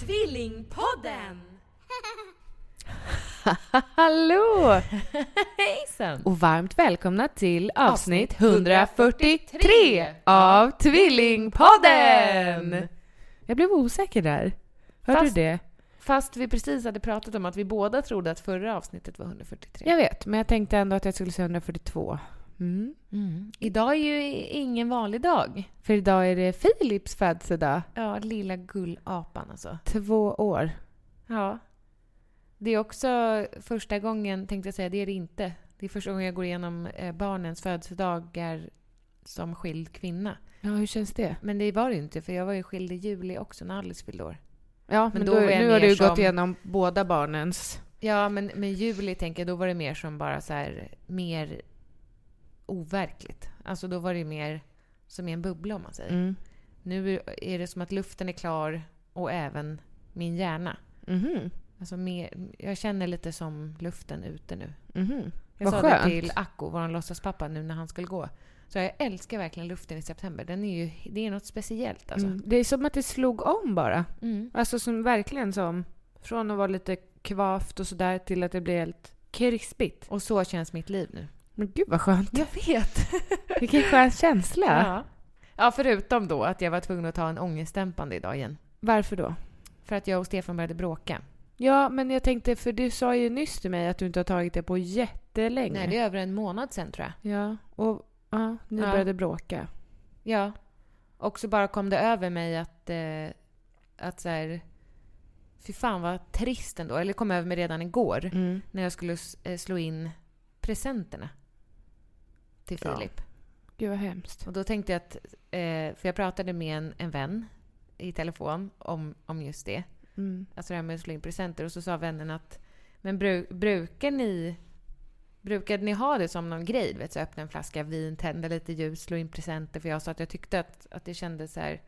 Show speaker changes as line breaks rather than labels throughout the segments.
Tvillingpodden!
Hallå!
Hejsan!
Och varmt välkomna till avsnitt
Avsnitt
143 av Tvillingpodden! Jag blev osäker där. Hörde
Fast-
du det?
Fast vi precis hade pratat om att vi båda trodde att förra avsnittet var 143.
Jag vet, men jag tänkte ändå att jag skulle säga 142. Mm.
Idag är ju ingen vanlig dag.
För idag är det Philips födelsedag.
Ja, lilla gullapan alltså.
Två år.
Ja. Det är också första gången, tänkte jag säga, det är det inte. Det är första gången jag går igenom eh, barnens födelsedagar som skild kvinna.
Ja, hur känns det?
Men det var det ju inte, för jag var ju skild i juli också när Alice fyllde år.
Ja, men,
då
då,
är jag
nu har
mer
du
som-
gått igenom båda barnens.
Ja, men, men juli tänker jag, då var det mer som bara så här, mer overkligt. Alltså då var det mer som i en bubbla om man säger.
Mm.
Nu är det som att luften är klar och även min hjärna.
Mhm.
Alltså mer, jag känner lite som luften ute nu.
Mhm.
Jag
Vad
sa
skönt.
det till Akko, vår låtsaspappa, nu när han skulle gå. Så jag älskar verkligen luften i september. Den är ju, det är något speciellt alltså.
Mm. Det är som att det slog om bara.
Mm.
Alltså som verkligen som, från att vara lite kvavt och sådär till att det blir helt krispigt.
Och så känns mitt liv nu.
Men gud vad skönt.
Jag vet!
Vilken skön känsla.
Ja. ja, förutom då att jag var tvungen att ta en ångestdämpande idag igen.
Varför då?
För att jag och Stefan började bråka.
Ja, men jag tänkte, för du sa ju nyss till mig att du inte har tagit det på jättelänge.
Nej, det är över en månad sen tror jag.
Ja, och ja, ni
Ja.
började bråka.
Ja. Och så bara kom det över mig att, eh, att så här, fy fan vad trist ändå. Eller kom över mig redan igår när jag skulle s- eh, slå in presenterna till
Ja.
Filip.
Gud vad hemskt.
Och då tänkte jag att, eh, för jag pratade med en, en vän i telefon om, om just det.
Mm.
Alltså det här med att slå in presenter. Och så sa vännen att Men bru, brukar ni Brukade ni ha det som någon grej? Du Vet, så öppna en flaska vin, tända lite ljus, slå in presenter. För jag sa att jag tyckte att, att det kändes så här,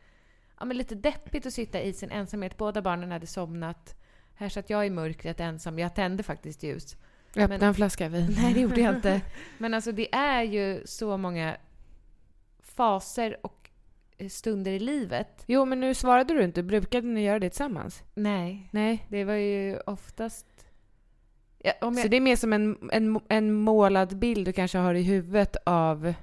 ja, men lite deppigt att sitta i sin ensamhet. Båda barnen hade somnat. Här satt jag i mörkret ensam. Jag tände faktiskt ljus.
Öppna
Men-
en flaska vin.
Nej, det gjorde jag inte. Men alltså det är ju så många faser och eh, stunder i livet.
Jo, men nu svarade du inte. Brukade ni göra det tillsammans?
Nej,
Nej.
det var ju oftast... Ja, om jag-
Så det är mer som en, en, en målad bild du kanske har i huvudet av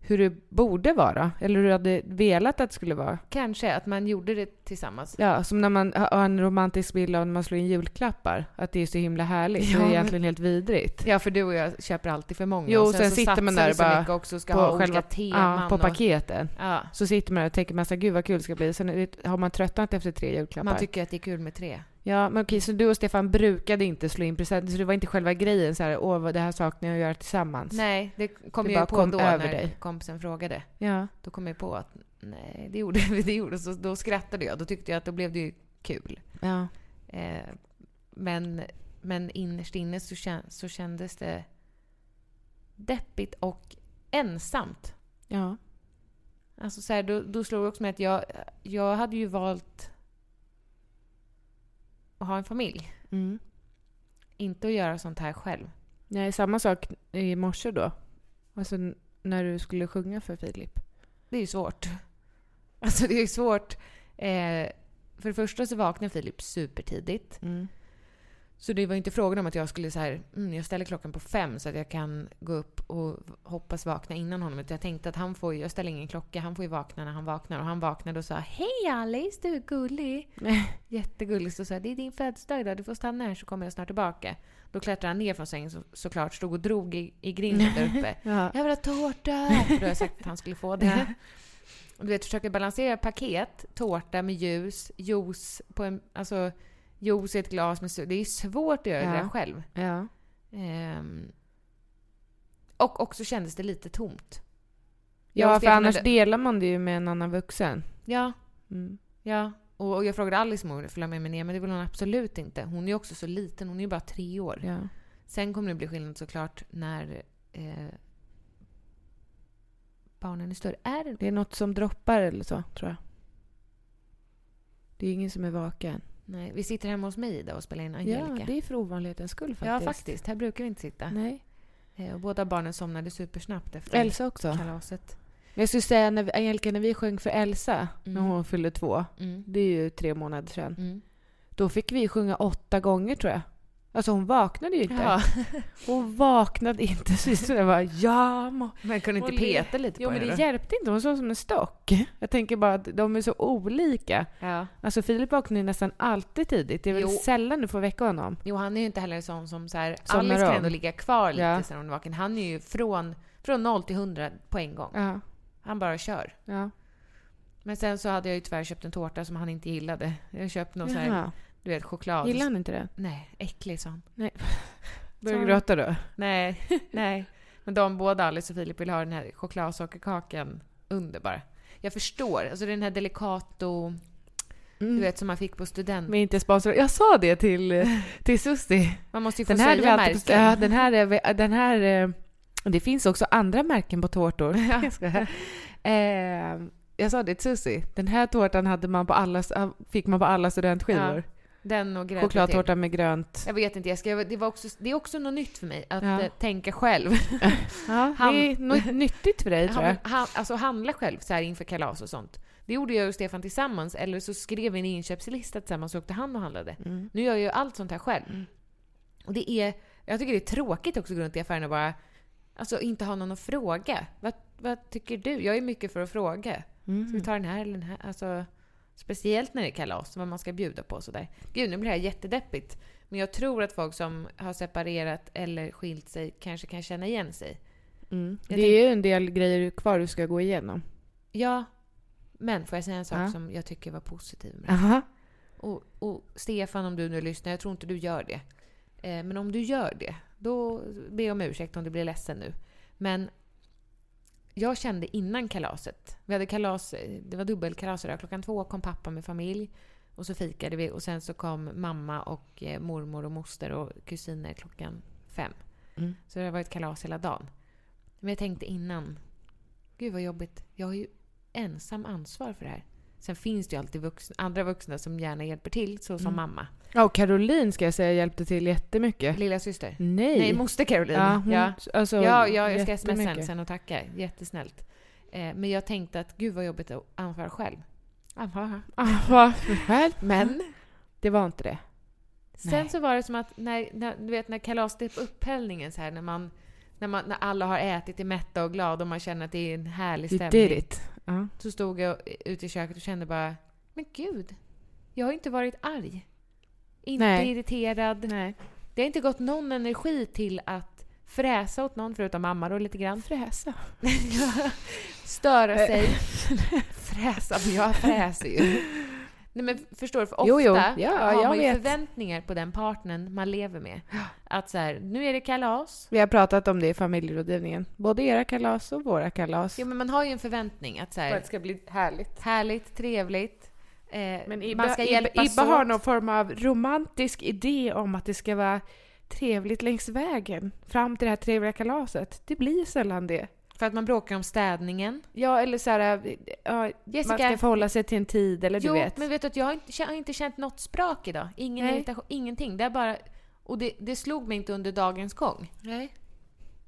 hur det borde vara? Eller hur du hade velat att det skulle vara?
Kanske att man gjorde det tillsammans.
Ja, som när man har en romantisk bild av när man slår in julklappar. Att det är så himla härligt.
Ja,
det är
men-
egentligen helt vidrigt.
Ja, för du och jag köper alltid för många.
Jo,
och
sen
så
sitter man
satsar
där
vi så
bara
mycket också och ska
på
ha olika
själva-
teman.
Ja, på paketen.
Och, ja,
Så sitter man där och tänker massa gud vad kul det ska bli. Sen är det- har man tröttnat efter tre julklappar.
man tycker att det är kul med tre.
ja, men okej, så du och Stefan brukade inte slå in presenter. Så det var inte själva grejen så här, åh vad det här saknar jag att göra tillsammans.
Nej, det kom
Det
jag ju
bara
på
kom
då
över
när
dig.
kompisen frågade.
Ja.
Då kom jag på att nej, det gjorde vi. Det gjorde, så då skrattade jag. Då tyckte jag att då blev det ju kul.
ja.
Eh, men, men innerst inne så, kän, så kändes det deppigt och ensamt.
Ja.
Alltså så här, då, då slog det också mig att jag, jag hade ju valt att ha en familj.
Mm.
Inte att göra sånt här själv.
Nej, samma sak i morse då. Alltså n- när du skulle sjunga för Filip.
Det är ju svårt. Alltså det är ju svårt. Eh, för det första så vaknar Filip supertidigt. Så det var inte frågan om att jag skulle så här, mm, jag ställer klockan på fem så att jag kan gå upp och hoppas vakna innan honom. Utan jag tänkte att han får ju, jag ställer ingen klocka, han får ju vakna när han vaknar. Och han vaknade och sa Hej Alice, du är gullig. Jättegullig. Och sa det är din födelsedag idag, du får stanna här så kommer jag snart tillbaka. Då klättrade han ner från sängen så, såklart, stod och drog i, i grinden där uppe.
Ja.
Jag vill ha tårta! För då har jag sagt att han skulle få det. Och Du vet, försöker balansera paket, tårta med ljus, juice på en... Alltså, juice i ett glas med su- Det är svårt att göra det
Ja.
där själv.
Ja.
Ehm, och också kändes det lite tomt. Jag och
ja, för
Stefan
annars
hade-
delar man det ju med en annan vuxen.
Ja,
Mm.
ja. Och, och jag frågade Alice om hon ville följa med mig ner, men det vill hon absolut inte. Hon är ju också så liten, hon är ju bara tre år.
Ja.
Sen kommer det bli skillnad såklart när eh, barnen är större. Är det
Det är något som droppar eller så, tror jag. Det är ingen som är vaken.
Nej, vi sitter hemma hos mig idag och spelar in
Ja,
Angelica.
det är för ovanlighetens skull faktiskt.
Ja, faktiskt. Här brukar vi inte sitta.
Nej.
Eh, Och båda barnen somnade supersnabbt efter
Elsa också.
kalaset.
Men jag skulle säga, när vi, Angelica, när vi sjöng för Elsa, när
Mm.
hon fyllde två,
Mm.
det är ju tre månader sedan,
Mm.
då fick vi sjunga åtta gånger tror jag. Alltså hon vaknade ju inte.
Ja.
Hon vaknade inte. Systern bara ja, må.
Men kunde inte
Och le-
peta lite
Jo
på
men det
det
hjälpte inte, hon såg som en stock. Jag tänker bara att de är så olika.
ja.
Alltså Filip vaknar ju nästan alltid tidigt. Det är väl
Jo.
sällan du får väcka honom.
Jo, han är ju inte heller sån som så här,
Somnar
Alice kan
om.
ändå ligga kvar lite
Ja.
sen hon är vaken. Han är ju från, från 0 till 100 på en gång.
Ja.
Han bara kör.
ja.
Men sen så hade jag ju tyvärr köpt en tårta som han inte gillade. Jag köpte någon så här,
Jaha.
du vet, choklad.
Gillar han inte det?
Nej, äcklig sa han.
Börjar du
Sorry.
gråta då?
Nej, nej. Men de båda, Alice och Filip, vill ha den här chokladsockerkakan under bara. Jag förstår. Alltså den här Delicato,
Mm.
du vet som man fick på student.
Men inte sponsrad. Jag sa det till, till Susie.
Man måste ju få
Den här,
säga
är alltid på, ja,
märken.
den här, är, vi- den här eh, och Det finns också andra märken på tårtor. Jag skojar. eh, jag sa det till Susie. Den här tårtan hade man på alla, fick man på alla studentskivor.
Den och grädde
Chokladtårta med grönt.
till. Jag vet inte, jag skrev, det, var också, det är också något nytt för mig att
Ja.
eh, tänka själv.
Ja,
Han-
Det är något nyttigt för dig tror jag.
Han, han, alltså handla själv så här inför kalas och sånt. Det gjorde jag och Stefan tillsammans, eller så skrev vi en inköpslista tillsammans och åkte han och handlade. Nu gör jag ju allt sånt här själv. Och det är, jag tycker det är tråkigt också att gå runt i affären och bara, alltså inte ha någon att fråga. Vad, vad tycker du? Jag är mycket för att fråga.
Mm.
Ska vi ta den här eller den här? Alltså, speciellt när det är kalas, vad man ska bjuda på och sådär. Gud, nu blir det här jättedeppigt. Men jag tror att folk som har separerat eller skilt sig kanske kan känna igen sig.
Mm. Det
Jag
är ju en del grejer kvar du ska gå igenom.
Ja, men får jag säga en sak
Ja.
som jag tycker var positiv med det?
Aha.
och, och Stefan, om du nu lyssnar, jag tror inte du gör det. Eh, men om du gör det, då be om ursäkt om du blir ledsen nu. Men jag kände innan kalaset, vi hade kalas, det var dubbelkalas idag. Klockan två kom pappa med familj och så fikade vi och sen så kom mamma och eh, mormor och moster och kusiner klockan fem.
Mm.
Så det har varit kalas hela dagen. Men jag tänkte innan, gud vad jobbigt. Jag har ju ensam ansvar för det här. Sen finns det ju alltid vuxna, andra vuxna som gärna hjälper till, så som mamma.
Ja, och Caroline ska jag säga hjälpte till jättemycket.
Lilla syster.
Nej.
Nej, moster Caroline.
ja, hon,
ja.
Alltså,
ja, ja, jag ska smsa
jättemycket.
henne sen och tacka. Jättesnällt. Eh, men jag tänkte att gud vad jobbigt att anföra själv. Anföra.
Ah, vad själv.
Men
Det var inte det.
sen
Mm. Nej.
så var det som att när, när du vet när kalaset är på upphällningen så här när man när, man, när alla har ätit, är mätta och glada och man känner att det är en härlig
You
stämning.
did it. Ja.
Så stod jag ute i köket och kände bara, men gud, jag har inte varit arg. Inte
Nej.
irriterad.
Nej.
Det har inte gått någon energi till att fräsa åt någon, förutom mamma då lite grann.
Fräsa. Eh.
Störa sig. fräsa, men jag fräser ju. Nej men förstår du? För ofta
Jo, jo. Ja,
har
jag
man ju
vet.
förväntningar på den partnern man lever med. Att så här, nu är det kalas.
Vi har pratat om det i familjerådgivningen. Både era kalas och våra kalas.
Jo men man har ju en förväntning att så här,
ska bli härligt.
härligt, trevligt. Eh,
Men Ibba,
man ska hjälpas
Ibba har
åt.
någon form av romantisk idé om att det ska vara trevligt längs vägen fram till det här trevliga kalaset. Det blir sällan det.
För att man bråkar om städningen.
Ja, eller så här, eh, ja, man
Jessica-
ska förhålla sig till en tid eller
jo,
du vet.
men vet du att jag har inte, jag har inte känt något sprak idag. Ingen
Nej.
irritation, ingenting. Det är bara... Och det, det slog mig inte under dagens gång.
Nej.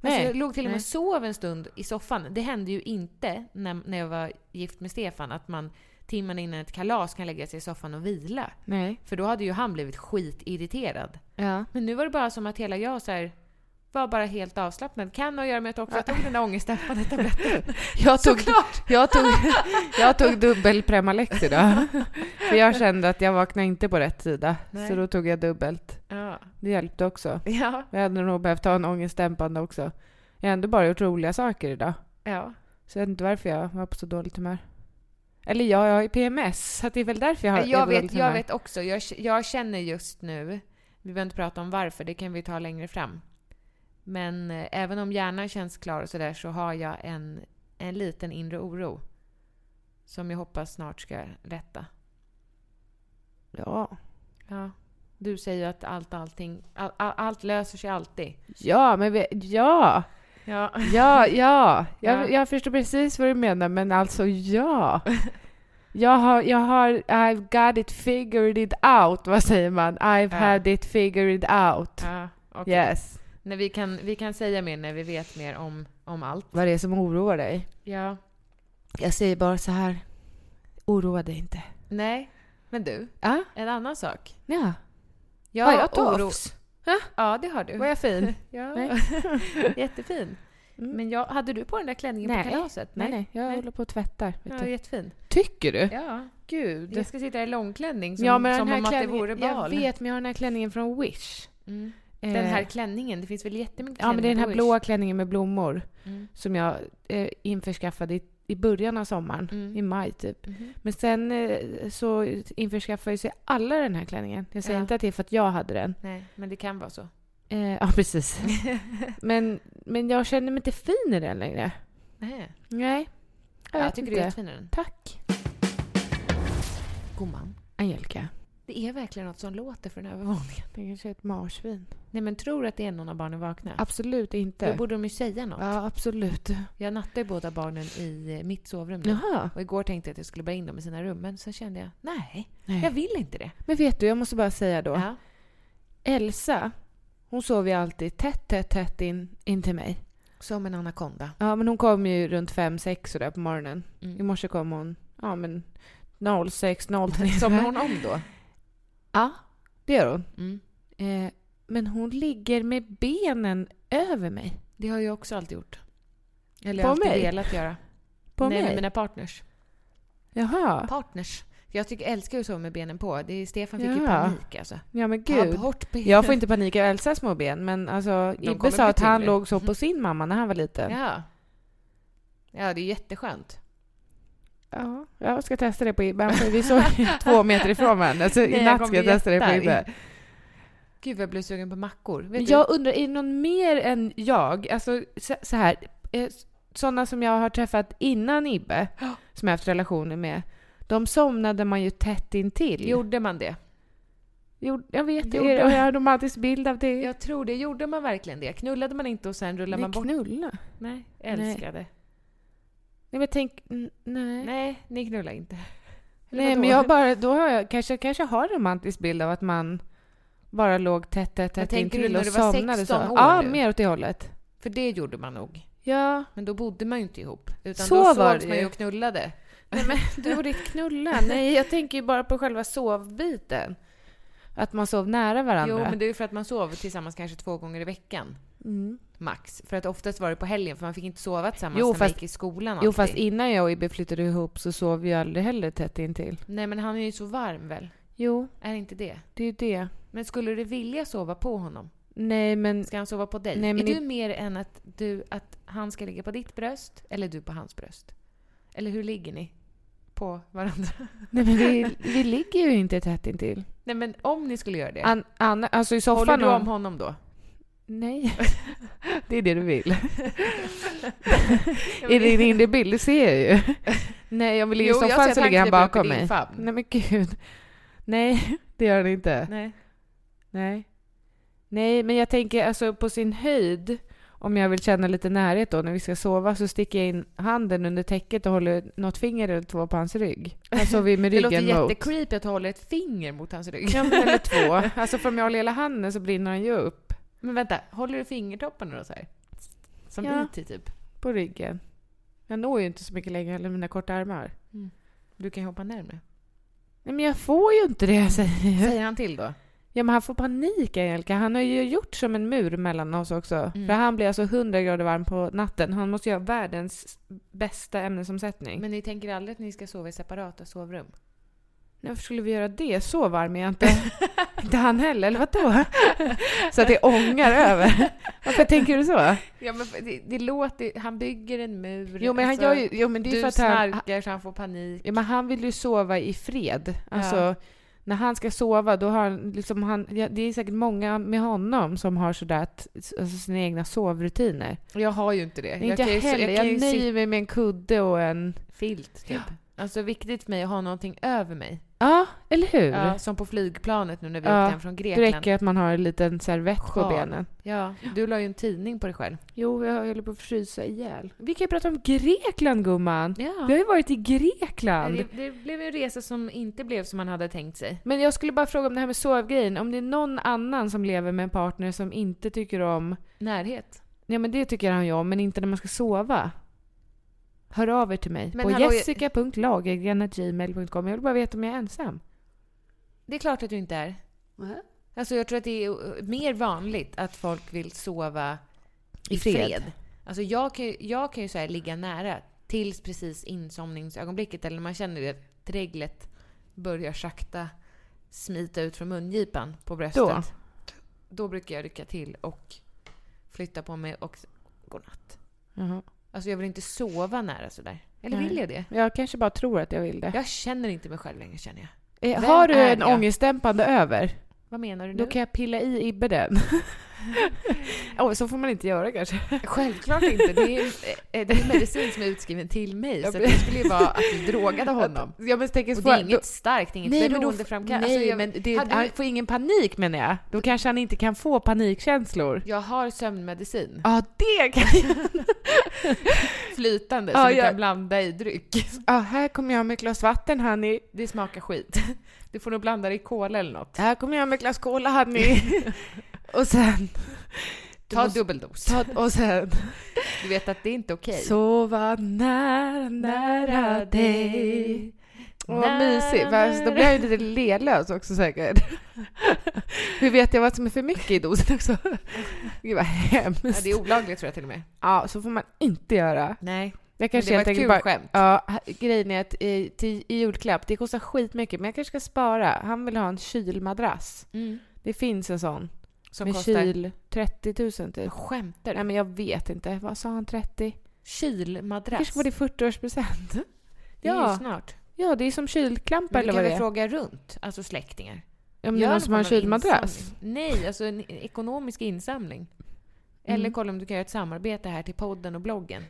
Alltså jag låg till och med
Nej.
och sov en stund i soffan. Det hände ju inte när, när jag var gift med Stefan att man timmen innan ett kalas kan lägga sig i soffan och vila.
Nej.
För då hade ju han blivit skitirriterad.
Ja.
Men nu var det bara som att hela jag så här var bara helt avslappnad. Kan ha att göra med att jag också tog den där ångestdämpande tabletten.
Jag tog,
Såklart!
jag tog, jag tog dubbel Premalex idag. För jag kände att jag vaknade inte på rätt sida.
Nej.
Så då tog jag dubbelt.
Ja.
Det hjälpte också.
Ja.
Jag hade nog behövt ta en ångestdämpande också. Jag har ändå bara gjort roliga saker idag.
ja.
Så jag vet inte varför jag var på så dåligt humör. Eller ja, jag har ju PMS, så att det är väl därför jag har är
Jag liksom
på
vet,
dåligt
jag
humör.
vet också. Jag, k- jag känner just nu, vi behöver inte prata om varför, det kan vi ta längre fram. Men eh, även om hjärnan känns klar och sådär så har jag en, en liten inre oro. Som jag hoppas snart ska rätta.
Ja.
Ja. Du säger ju att allt, allting, all, all, allt löser sig alltid.
ja, men vi, ja,
Ja.
ja, ja. Jag,
Ja.
jag förstår precis vad du menar, men alltså ja. Jag har, jag har, I've got it figured it out. Vad säger man? I've
Ja.
had it figured out.
ja okej.
Yes.
Nej, vi, kan, vi kan säga mer när vi vet mer om, om allt.
Vad det är som oroar dig?
Ja.
Jag säger bara så här. Oroa dig inte.
Nej. Men du,
Ja.
en annan sak.
Ja.
Jag
har jag
oro-
tofs?
Ja, det har du.
Var jag fin?
Ja.
Nej.
Jättefin.
Mm.
Men jag, hade du på den där klänningen
Nej.
på kalaset?
Nej, nej. Jag
Nej.
håller på och tvättar. Vet
Ja,
du.
jättefin.
Tycker du?
Ja.
Gud.
Jag ska sitta i långklänning som,
ja, men den
som
här
om att det
klänningen,
vore
jag
bal.
vet, men jag har den här klänningen från Wish.
Mm.
Eh,
Den här klänningen, det finns väl jättemycket
ja, men det är den
klänningar
här
på
blåa
Wish.
klänningen med blommor
Mm.
som jag eh, införskaffade i, i början av sommaren,
Mm.
i maj typ.
Mhm.
Men sen eh, så införskaffade ju sig alla den här klänningen. Jag säger
Ja.
inte att det är för att jag hade den.
Nej, men det kan vara så.
Eh, ja, precis. men, men jag känner mig inte fin i den längre.
Nej.
Nej. Jag,
Jag,
vet
tycker
inte.
du är jättefin i den.
Tack,
Gumman.
Angelica.
Det är verkligen något som låter för den här övervåningen.
Det kanske är ett marsvin.
Nej, men tror du att det är någon av barnen vaknar?
Absolut inte.
Då borde de ju säga något.
Ja, absolut.
Jag nattade båda barnen i eh, mitt sovrum nu.
Jaha.
Och igår tänkte jag att jag skulle bära in dem i sina rum, men sen kände jag nej,
Nej.
jag vill inte det.
Men vet du, jag måste bara säga då.
Ja.
Elsa, hon sover ju alltid tätt, tätt, tätt in, in till mig.
Som en anakonda.
Ja, men hon kom ju runt fem sex sådär på morgonen. I
Mm.
morse kom hon, ja men 06, 03.
Somnar hon om då?
Ja, det gör hon.
Mm.
Eh, men hon ligger med benen över mig.
Det har jag också alltid gjort. Eller jag
På
har alltid
mig?
velat göra.
På
nej,
mig?
med mina partners.
Jaha.
Partners. Jag tycker, älskar ju att sova med benen på. Det är, Stefan fick ju
Ja.
panik alltså.
Ja men
Han har
gud.
bort benen.
Jag får inte panik av Elsas små ben, men alltså
De
Ibbe
kommer
sa att
bli
han
tyngre. Mm.
låg så på sin mamma när han var liten.
Ja. Ja, det är jätteskönt.
Ja, jag ska testa det på Ibbe. Han sa- Vi såg ju två meter ifrån varandra, så i
jag
natt
kommer
ska jag
bli
testa det på
jättearg.
Ibbe.
Gud, vad jag blev sugen på mackor. Vet
Men
du-
jag undrar, är det någon mer än jag, alltså så, så här, eh, sådana som jag har träffat innan Ibbe, som jag haft relationer med, de somnade man ju tätt intill.
Gjorde man det?
Jo, jag vet inte,
Gjorde-
jag har en romantisk bild av det.
Jag tror det. Gjorde man verkligen det? Knullade man inte och sen rullade
Ni
man bort?
knulla?
Nej,
Nej.
älskade.
Nej, men tänk, n- nej. Nej,
Nej, ni knullar inte. Eller
nej
vadå?
men jag bara, då har jag, kanske, kanske har en romantisk bild av att man bara låg tätt, tätt,
Men
tätt
tänker du
intill
när
och
du var
somnade så.
16 år
Ja,
nu?
mer åt det hållet.
För det gjorde man nog.
Ja,
Men då bodde man ju inte ihop. Utan
Så
då
var
sågs
det
man
ju.
ju och knullade.
Nej men du och ditt knulla. Nej, jag tänker ju bara på själva sovbiten. Att man sov nära varandra.
Jo, men det är ju för att man sov tillsammans kanske två gånger i veckan.
mm.
Max. För att oftast var det på helgen, för man fick inte sova tillsammans
Jo,
när man
fast-
gick i skolan
jo fast
alltid.
innan jag och Ibbe flyttade ihop så sov vi aldrig heller tätt intill.
Nej, men han är ju så varm väl?
Jo,
Är inte det?
det är ju det.
Men skulle du vilja sova på honom?
Nej men,
Ska han sova på dig?
Nej, men
är
i-
du mer än att, du, att han ska ligga på ditt bröst eller du på hans bröst? Eller hur ligger ni? På varandra?
nej, men vi, vi ligger ju inte tätt intill.
Nej, men om ni skulle göra det.
An, an, alltså i soffan.
håller du
och-
om honom då?
Nej. Det är det du vill. I din inre bild, det ser jag ju. Nej, om vi ligger i
Jo, jag ser
soffan
att
så
han
ligger han
kryper upp i
bakom
din
mig.
famn.
Mm. Nej men gud. Nej, det gör han inte.
Nej.
Nej. Nej, men jag tänker alltså på sin höjd, om jag vill känna lite närhet då när vi ska sova så sticker jag in handen under täcket och håller något finger eller två på hans rygg. Han sover ju med
Det låter
ryggen mot.
jättecreepy att hålla ett finger mot hans rygg.
Ja, men eller två. Alltså för om jag håller hela handen så brinner han ju upp
Men vänta, håller du fingertopparna då så här? Som
Ja.
IT typ?
på ryggen. Jag når ju inte så mycket längre heller med mina korta armar.
Mm. Du kan ju hoppa närmre.
Nej men jag får ju inte det jag säger.
Säger han till då?
Ja men han får panik Angelica. Han har ju gjort som en mur mellan oss också.
Mm.
För han blir alltså 100 grader varm på natten. Han måste ju ha världens bästa ämnesomsättning.
Men ni tänker aldrig att ni ska sova i separata sovrum?
Nej, varför skulle vi göra det? Så varm är jag inte. inte han heller, eller vadå? Så att det ångar över. Varför tänker du så?
Ja, men för- det, det låter... Han bygger en mur.
Jo men han
alltså,
gör ju... Jo men det är
Du
för att han...
snarkar så han får panik.
Ja, men han vill ju sova i fred. Alltså, när han ska sova, då har han liksom... Han, ja, det är säkert många med honom som har sådär att, alltså sina egna sovrutiner.
Jag har ju inte det.
Nej, inte jag,
kan ju,
heller.
kan
Jag,
ju
nöjer mig med en kudde och en...
filt, typ. Alltså viktigt för mig att ha någonting över mig.
Ja, eller hur?
Ja, som på flygplanet nu när vi
Ja,
åkte hem från
det
Grekland.
räcker att man har en liten servett på
Sjal.
benen.
Ja, du la ju en tidning på dig själv.
Jo, jag håller på att frysa ihjäl. Vi kan ju prata om Grekland, gumman.
Ja.
Vi har ju varit i Grekland.
Det, det blev en resa som inte blev som man hade tänkt sig.
Men jag skulle bara fråga om det här med sovgrejen. Om det är någon annan som lever med en partner som inte tycker om...
Närhet.
Ja, men det tycker han ju om, men inte när man ska sova. Hör av er till mig
Men
på
hallå, jag-
jessica.lagergren.gmail.com. Jag vill bara veta om jag är ensam.
Det är klart att du inte är. Alltså jag tror att det är eh, mer vanligt att folk vill sova i,
I
fred.
fred.
Alltså jag kan ju, jag kan ju så här ligga nära tills precis insomningsögonblicket eller när man känner det att dreglet börjar sakta smita ut från mungipan på bröstet.
Då?
Då brukar jag rycka till och flytta på mig och s- godnatt.
Jaha.
Alltså jag vill inte sova nära sådär. Eller
Nej.
vill jag det?
Jag kanske bara tror att jag vill det.
Jag känner inte mig själv längre känner jag.
Eh,
Vem
Har du
är
en
jag?
ångestdämpande över,
Vad menar du nu?
då kan jag pilla i Ibbe den. oh, så får man inte göra kanske.
Självklart inte. Det är, ju- eh, det är medicin som är utskriven till mig. Så att det skulle ju vara att du drogade honom.
Ja, men tänk,
Och det är inget starkt, inget beroendeframkallande.
Nej,
Alltså, jag-
men det,
hade
han
du-
får ingen panik menar jag. Då kanske han inte kan få panikkänslor.
Jag har sömnmedicin.
Ja, det kan jag.
Flytande
Ja,
som du
jag-
kan blanda i dryck.
Ja, här kommer jag med ett glas vatten, honey.
Det smakar skit. Du får nog blanda det i cola eller något.
Här kommer jag med ett glas cola, honey. och sen... Du
Ta
måste-
dubbeldos.
ta, och sen...
Du vet att det är inte okej.
Sova nära, nära dig. Åh, vad mysigt. Fast Då blir jag ju lite ledlös också säkert. Hur vet jag vad som är för mycket i dosen också? Gud
Ja,
vad hemskt.
det är olagligt tror jag till och med.
Ja, så får man inte göra.
Nej.
Jag
Men
kanske
det var
helt
ett kul
enkelt bara...
skämt.
Ja, ha- grejen är att i, till, i julklapp, det kostar skitmycket, men jag kanske ska spara. Han vill ha en kylmadrass.
Mm.
Det finns en sån.
Som
med
kostar...
kyl, 30 000 typ.
Skämtar
Nej
du?
men jag vet inte, vad sa han 30?
Kylmadrass.
Kanske var det 40-årspresent?
Det är ju
Ja.
snart.
ja, det är som kylklampa
Men du
eller
kan
vad det
väl fråga
är.
runt, alltså släktingar?
Ja, men det är
Gör
någon som har en
form av
kylmadrass.
insamling. Nej, alltså en ekonomisk insamling. Eller
Mm.
kolla om du kan göra ett samarbete här till podden och bloggen.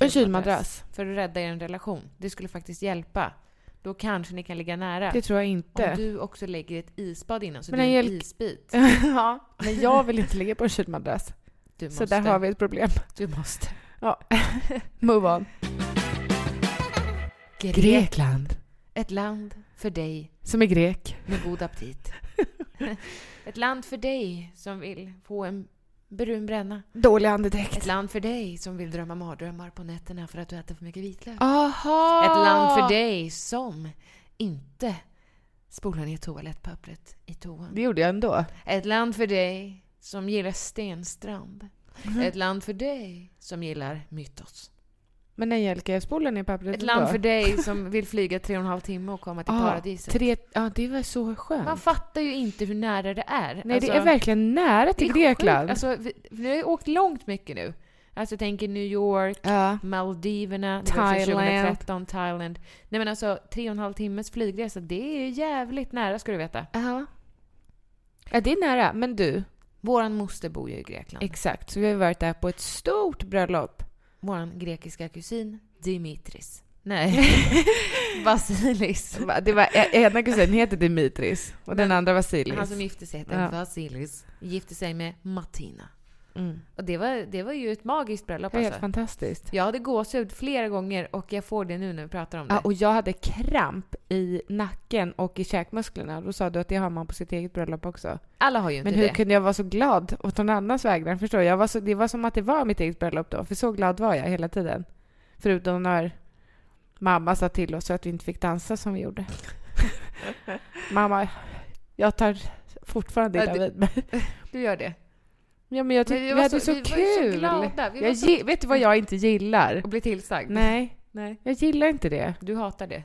En kylmadrass.
För att rädda er relation. Det skulle faktiskt hjälpa. Då kanske ni kan ligga nära.
Det tror jag
Om
inte.
du också lägger ett isbad innan så
Men Mm,
du är en
Angelica-
isbit.
ja, men jag vill inte ligga på en kylmadrass.
Du måste.
Så där har vi ett problem.
Du måste.
Move on.
Grek.
Grekland.
Ett land för dig
Som är grek.
med god aptit. ett land för dig som vill få en brun bränna.
Dålig
Ett
andedräkt.
land för dig som vill drömma mardrömmar på nätterna för att du äter för mycket vitlök.
Aha!
Ett land
Ah.
för dig som inte spolar ner toalettpappret i toan.
Det gjorde jag ändå.
Ett land för dig som gillar Stenstrand.
Mm-hmm.
Ett land för dig som gillar Mytos.
Men Angelica, jag spolar ner pappret
Ett land
ändå.
för dig som vill flyga tre och en halv timme och komma till
Ja,
paradiset.
Ah, Tre... Ja, det var så skönt.
Man fattar ju inte hur nära det är.
Nej,
Alltså,
det är verkligen nära
det är
till Grekland.
sjukt. Alltså, vi, vi har ju åkt långt mycket nu. Alltså jag tänker New York,
ja.
Maldiverna, det var ju från
Thailand.
2013, Thailand. Nej men alltså, tre och en halv timmes flygresa, det är jävligt nära ska du veta.
Ja. ja, det är nära. Men du,
Våran moster bor ju i Grekland.
exakt. Så vi har varit där på ett stort bröllop.
Våran grekiska kusin Dimitris. Nej, Vasilis.
Va- Det var, e- ena kusinen heter Dimitris och den andra Vasilis.
Han som gifte sig hette
Ja.
Vasilis. Gifte sig med Martina.
mm.
Och det var, det var ju ett magiskt bröllop
Det var helt
alltså.
fantastiskt.
Jag hade gåshud flera gånger och jag får det nu när vi pratar om det.
Ja, och jag hade kramp i nacken och i käkmusklerna. Då sa du att det har man på sitt eget bröllop också.
Alla har ju inte
Men hur
det.
kunde jag vara så glad åt någon annans vägnar? Förstår du? jag? Var så, det var som att det var mitt eget bröllop då, för så glad var jag hela tiden. Förutom när Mamma sa till oss så att vi inte fick dansa som vi gjorde. Mamma, jag tar fortfarande
Ja,
illa
du-
vid mig.
Du gör det.
Ja, men jag
Men
tyckte
vi
vi,
var
hade
så-
så
vi var ju så
kul.
glada. Vi var
jag
så-
gi- Vet du vad jag inte gillar?
Och blir tillsagd.
Nej,
Nej.
jag gillar inte det.
Du hatar det.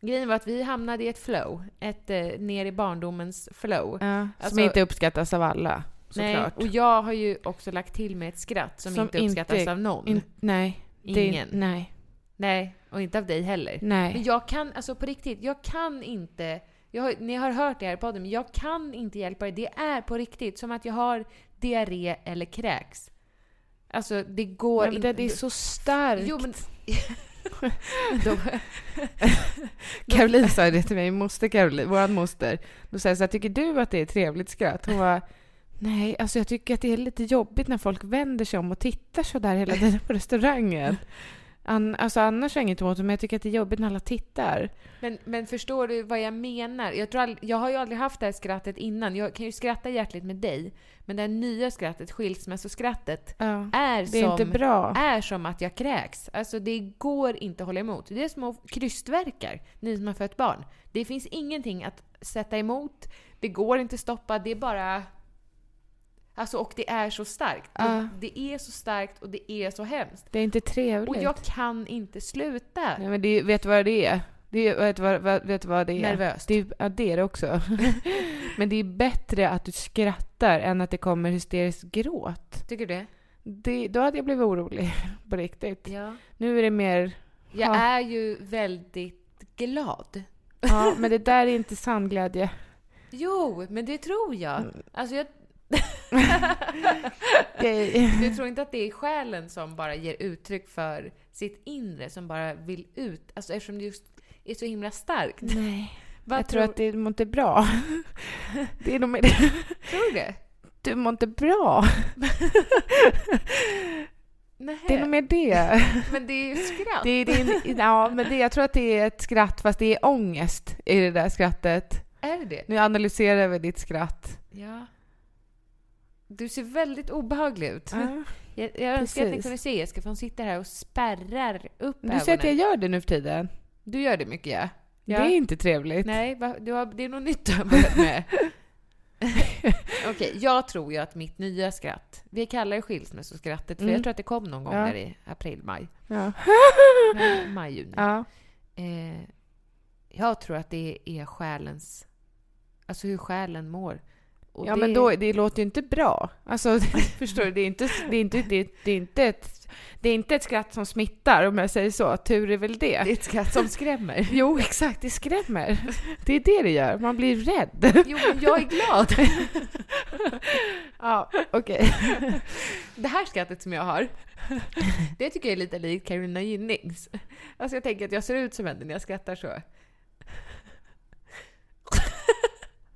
Grejen var att vi hamnade i ett flow. Ett eh, ner i barndomens flow.
Ja,
Alltså-
som inte uppskattas av alla,
Nej,
såklart.
och jag har ju också lagt till mig ett skratt som,
Som
inte uppskattas
inte-
av någon.
In- nej. det-
Ingen.
nej.
Nej, och inte av dig heller. Men
Nej.
jag kan, alltså på riktigt, jag kan inte... Jag har, ni har hört det här i podden, men jag kan inte hjälpa det. Det är på riktigt som att jag har diarré eller kräks. Alltså det går
Men det,
inte.
det är så starkt.
Jo men... Då-
Caroline sa det till mig, moster Caroline, våran moster. Då sa jag så här, tycker du att det är ett trevligt skratt? Hon var nej, alltså jag tycker att det är lite jobbigt när folk vänder sig om och tittar så där hela tiden på restaurangen. An, alltså annars har jag inget emot det, men jag tycker att det är jobbigt när alla tittar.
Men, men förstår du vad jag menar? Jag, tror ald- jag har ju aldrig haft det här skrattet innan. Jag kan ju skratta hjärtligt med dig. Men det här nya skrattet, skilsmässoskrattet,
Ja,
är,
det är
som,
inte bra.
är som att jag kräks. Alltså det går inte att hålla emot. Det är små krystvärkar, ni som har fött barn. Det finns ingenting att sätta emot. Det går inte att stoppa. Det är bara... Alltså och det är så starkt.
Ja.
Det är så starkt och det är så hemskt.
Det är inte trevligt.
Och jag kan inte sluta.
Nej, men det, vet du vad det är? Det, är- vet, vad, vad- vet du vad det är?
Nervöst.
Det, är- ja, det är det också. men det är bättre att du skrattar än att det kommer hysterisk gråt.
Tycker du det?
Det, då hade jag blivit orolig på riktigt.
Ja.
Nu är det mer...
Jag
Ja.
är ju väldigt glad.
Ja, men det där är inte sann glädje.
Jo, men det tror jag.
Mm.
Alltså jag,
Det,
jag tror inte att det är själen som bara ger uttryck för sitt inre, som bara vill ut. Alltså eftersom det just är så himla starkt.
nej.
Vad
Mm. jag tror att det mår inte bra. Det är nog mer
Tror du det?
Du mår inte bra.
Nej.
Det är nog mer det.
Men det är ju skratt.
det, är din, ja, men det jag tror att det är ett skratt, fast det är ångest i det där skrattet.
Är det det?
Nu analyserar vi ditt skratt.
Ja. Du ser väldigt obehaglig
Ah.
ut. Jag, jag önskar att ni
precis.
kunde se Jessica, för hon sitter här och spärrar upp
Du ser att jag gör det nu för tiden.
Du gör det mycket, ja.
Det är inte trevligt.
Nej, va? du har, det är något nytt du har börjat med. Okej, jag tror ju att mitt nya skratt, vi kallar det skilsmässoskrattet, för
Mm.
jag tror att det kom någon gång
Ja.
där i april, maj.
Ja.
Nej, Maj, juni.
ja.
Eh, jag tror att det är själens, alltså hur själen mår. Och
ja
det-
men då, det låter ju inte bra. Alltså, förstår du? Det är inte, det är inte, det är, det är inte, ett, det är inte ett skratt som smittar, om jag säger så. Tur är väl det.
det är ett skratt som skrämmer.
Jo, exakt. Det skrämmer. Det är det det gör. Man blir rädd.
Jo, men jag är glad.
Ja, okej.
Det här skrattet som jag har, det tycker jag är lite likt Carolina Gynnings. Alltså jag tänker att jag ser ut som henne när jag skrattar så.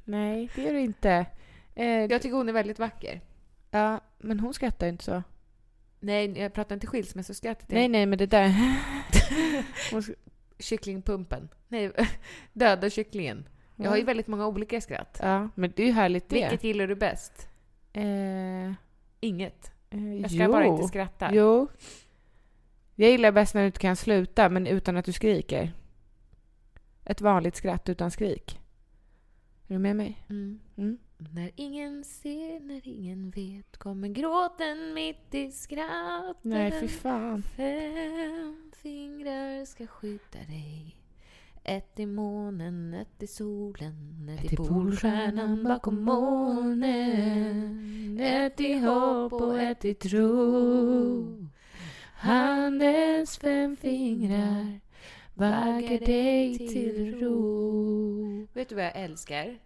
Nej, det gör det inte. Eh,
Jag tycker hon är väldigt vacker.
ja, men hon skrattar ju inte så.
Nej, jag pratar inte skilsmässoskrattet.
Nej, nej, men det där... Hon sk-
Kycklingpumpen. Nej, döda kycklingen. Jag har ju väldigt många olika skratt.
Ja, men det är ju härligt det.
Vilket gillar du bäst?
Eh, eh,
Inget. Jag ska
jo.
bara inte skratta.
Jo. Jag gillar bäst när du inte kan sluta, men utan att du skriker. Ett vanligt skratt utan skrik. Är du med mig?
Mm.
Mm.
När ingen ser, när ingen vet kommer gråten mitt i skratten.
Nej, fy fan.
Fem fingrar ska skydda dig. Ett i månen, ett i solen, ett, i polstjärnan bakom molnen. Ett i hopp och ett i tro. Handens fem fingrar vaggar dig till ro. Vet du vad jag älskar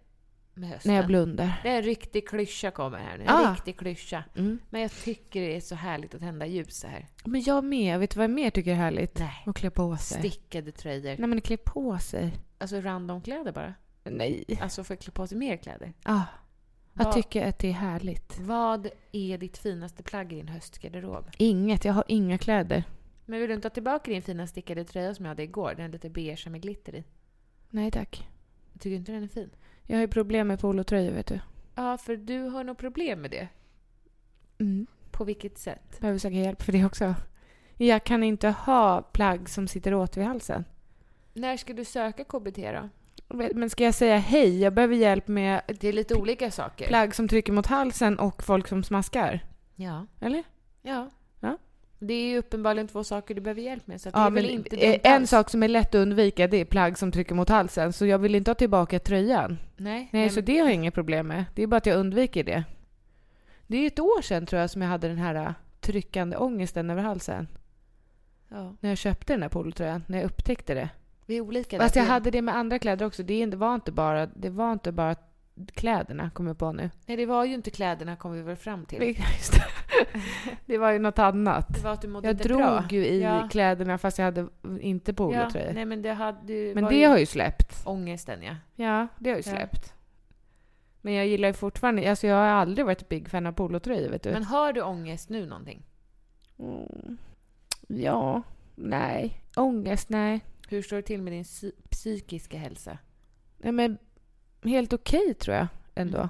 med hösten?
När jag blundar.
det är en riktig klyscha kommer här nu. En
Ah.
riktig klyscha.
Mm.
Men jag tycker det är så härligt att tända ljus så här.
Men jag med. Vet du vad jag mer tycker är härligt?
Nej.
Att klä på sig.
Stickade tröjor.
Nej, men klä på sig.
Alltså random kläder bara.
Nej.
Alltså för att klä på sig mer kläder.
Ja.
Va-
Ah, Jag tycker att det är härligt.
Vad är ditt finaste plagg i din höstgarderob?
Inget. Jag har inga kläder.
Men vill du inte ha tillbaka din fina stickade tröja som jag hade igår? Den lite beige med glitter i.
Nej tack.
Tycker du inte den är fin?
Jag har ju problem med polotröjor vet du.
Ja, för du har nog problem med det.
Mm.
På vilket sätt?
Behöver söka hjälp för det också. Jag kan inte ha plagg som sitter åt vid halsen.
När ska du söka KBT då?
Men ska jag säga hej? Jag behöver hjälp med
Det är lite olika saker.
plagg som trycker mot halsen och folk som smaskar.
Ja.
Eller?
Ja.
Ja.
Det är ju uppenbarligen två saker du behöver hjälp med. Så att det
Ja,
är väl
men
inte
eh,
dumt
en
alls.
sak som är lätt att undvika det är plagg som trycker mot halsen. Så jag vill inte ha tillbaka tröjan.
Nej,
Nej,
nej,
så
men-
det har jag inga problem med. Det är bara att jag undviker det. Det är ett år sedan tror jag som jag hade den här eh, tryckande ångesten över halsen.
ja.
När jag köpte den här polotröjan, när jag upptäckte det.
Vi är olika där.
Fast jag
tror
hade det med andra kläder också. Det är inte- var inte bara, det var inte bara kläderna, kommer jag på nu.
Nej, det var ju inte kläderna kom vi väl fram till.
Just det. det var ju något annat.
Det var att du mådde
Jag
inte bra.
drog ju i
Ja.
kläderna fast jag hade inte
ja.
polotröja.
Nej, men det hade ju...
men
var
det
ju
har ju släppt.
ångesten, ja.
Ja, det har ju
Ja.
släppt. Men jag gillar ju fortfarande, alltså jag har aldrig varit ett big fan av polotröjor vet du.
Men har du ångest nu någonting?
Mm. Ja, nej. Ångest, nej.
Hur står det till med din psy- psykiska hälsa?
Nej men helt okej tror jag ändå.
Mm.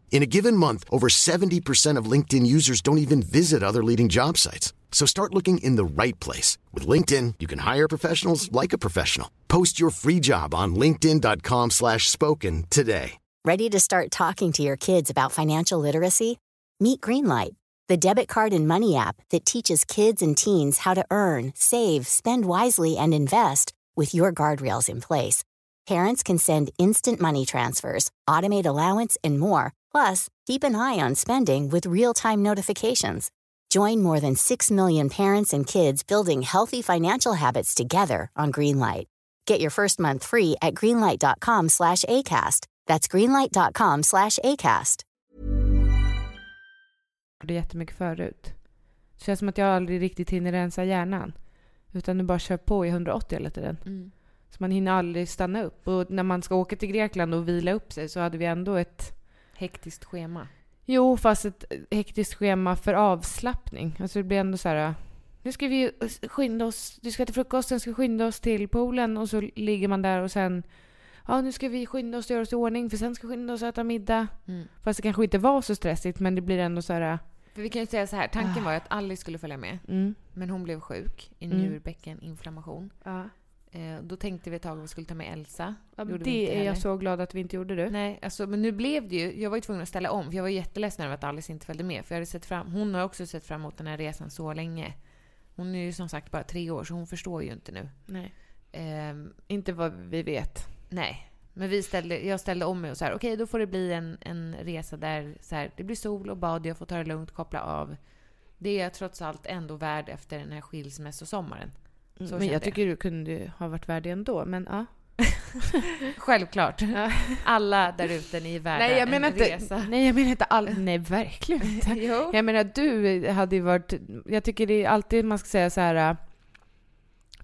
In a given month, over 70% of LinkedIn users don't even visit other leading job sites. So start looking in the right place. With LinkedIn, you can hire professionals like a professional. Post your free job on linkedin.com/spoken slash spoken today.
Ready to start talking to your kids about financial literacy? Meet Greenlight, the debit card and money app that teaches kids and teens how to earn, save, spend wisely, and invest with your guardrails in place. Parents can send instant money transfers, automate allowance, and more. Plus, keep an eye on spending with real time notifications. Join more than 6 million parents and kids building healthy financial habits together on Greenlight. Get your first month free at greenlight.com slash ACAST. That's greenlight.com slash ACAST.
gjorde jättemycket förut. Det känns som att jag aldrig riktigt hinner rensa hjärnan. Utan du bara kör på i 180 hela tiden.
Mm.
Så man hinner aldrig stanna upp. Och när man ska åka till Grekland och vila upp sig så hade vi ändå ett
Hektiskt schema.
Jo, fast ett hektiskt schema för avslappning. Alltså det blir ändå så här... Nu ska vi ju skynda oss. Du ska till frukosten, ska skynda oss till poolen och så ligger man där och sen... Ja, nu ska vi skynda oss och göra oss i ordning för sen ska vi skynda oss och äta middag.
Mm.
Fast det kanske inte var så stressigt men det blir ändå så här... äh,
För vi kan ju säga så här, tanken var ju att Alice skulle följa med.
Mm.
Men hon blev sjuk i
Ah. Mm.
njurbäckeninflammation. Eh, då tänkte vi ett tag att vi skulle ta med Elsa.
Ja,
Gjorde vi inte
det är jag
heller.
så glad att vi inte gjorde det.
Nej, alltså, men nu blev det ju... Jag var ju tvungen att ställa om, för jag var ju jätteledsen över att Alice inte följde med. För jag hade sett fram, hon har också sett fram emot den här resan så länge. Hon är ju som sagt bara tre år, så hon förstår ju inte nu.
Nej.
Ehm,
Inte vad vi vet.
nej. Men vi ställde, jag ställde om mig och så här, okej då får det bli en, en resa där så här, det blir sol och bad, jag får ta det lugnt, koppla av. Det är jag trots allt ändå värd efter den här skilsmässosommaren. Så
Mm, men
kände
jag
jag.
tycker du kunde ju ha varit värdig ändå. Men ja.
Självklart. Alla där ute, ni är värda
Nej, jag menar
en
inte,
resa.
nej, jag menar inte all... Nej, verkligen inte.
Jo.
Jag menar, du hade ju varit... Jag tycker det är alltid man ska säga så här... äh,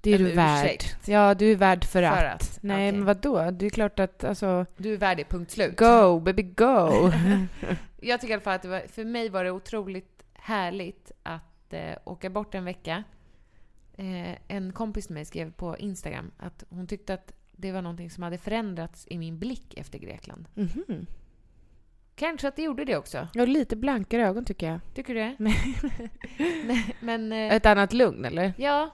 Det är
En
du värd.
ursäkt.
Ja, du är värd för,
För
att.
att,
Nej,
okej.
men vadå? Det är klart att alltså...
Du är värdig, punkt slut.
Go, baby, go!
Jag tycker i alla fall att det var, för mig var det otroligt härligt att eh, åka bort en vecka. Eh, en kompis till mig skrev på Instagram att hon tyckte att det var någonting som hade förändrats i min blick efter Grekland.
Mhm.
Kanske att det gjorde det också.
Jag har lite blankare ögon tycker jag.
Tycker du det? Men... Eh,
Ett annat lugn, eller?
ja,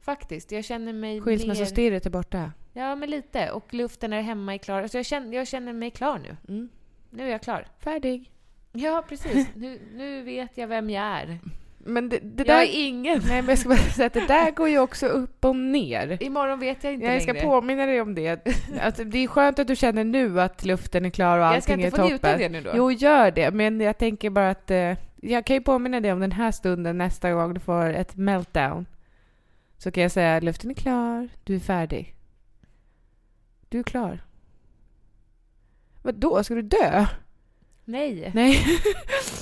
faktiskt. Jag känner mig mer...
Skilsmässostirret är borta.
Ja, men lite. Och luften är hemma är klar. Alltså jag, känner, jag känner mig klar nu.
Mm.
Nu är jag klar.
Färdig.
Ja, precis. Nu, nu vet jag vem jag är.
Men det, det
Jag
där...
är ingen.
Nej, men jag ska bara säga att det där går ju också upp och ner.
Imorgon vet jag inte
Jag ska
längre.
påminna dig om det. Att det är skönt att du känner nu att luften är klar och
jag ska
allting
inte
är
få
toppen.
njuta av det nu då.
Jo, gör det. Men jag tänker bara att eh, jag kan ju påminna dig om den här stunden nästa gång du får ett meltdown. Så kan jag säga luften är klar, du är färdig. Du är klar. Vadå, ska du dö?
Nej.
Nej,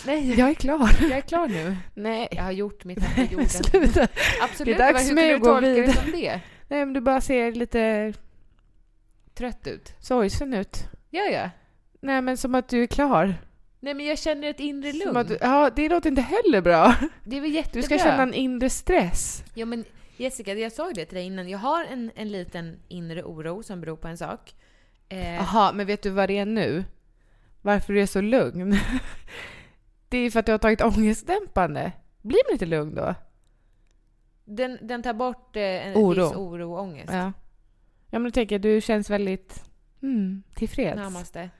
Nej.
jag är klar.
Jag är klar nu.
Nej.
Jag har gjort mitt här på jorden.
Sluta.
Absolut.
Det är
vad-
dags
Hur
för mig
kunde
att
du
gå
tolka
vidare.
det som det?
Nej, men du bara ser lite
Trött ut.
sorgsen ut.
Gör jag?
Nej, men som att du är klar.
Nej, men jag känner ett inre
Som
lugn.
att, du- ja, det låter inte heller bra.
Det är väl jättebra.
Du ska känna en inre stress.
Ja, men Jessica, jag sa ju det till dig innan. Jag har en, en liten inre oro som beror på en sak. Eh,
Jaha, men vet du vad det är nu? Varför du är så lugn? Det är för att du har tagit ångestdämpande. Blir man inte lugn då?
den, den tar bort eh, en
Oro.
viss oro och ångest.
Ja. Ja, men då tänker jag, du känns väldigt mm, tillfreds.
Namaste.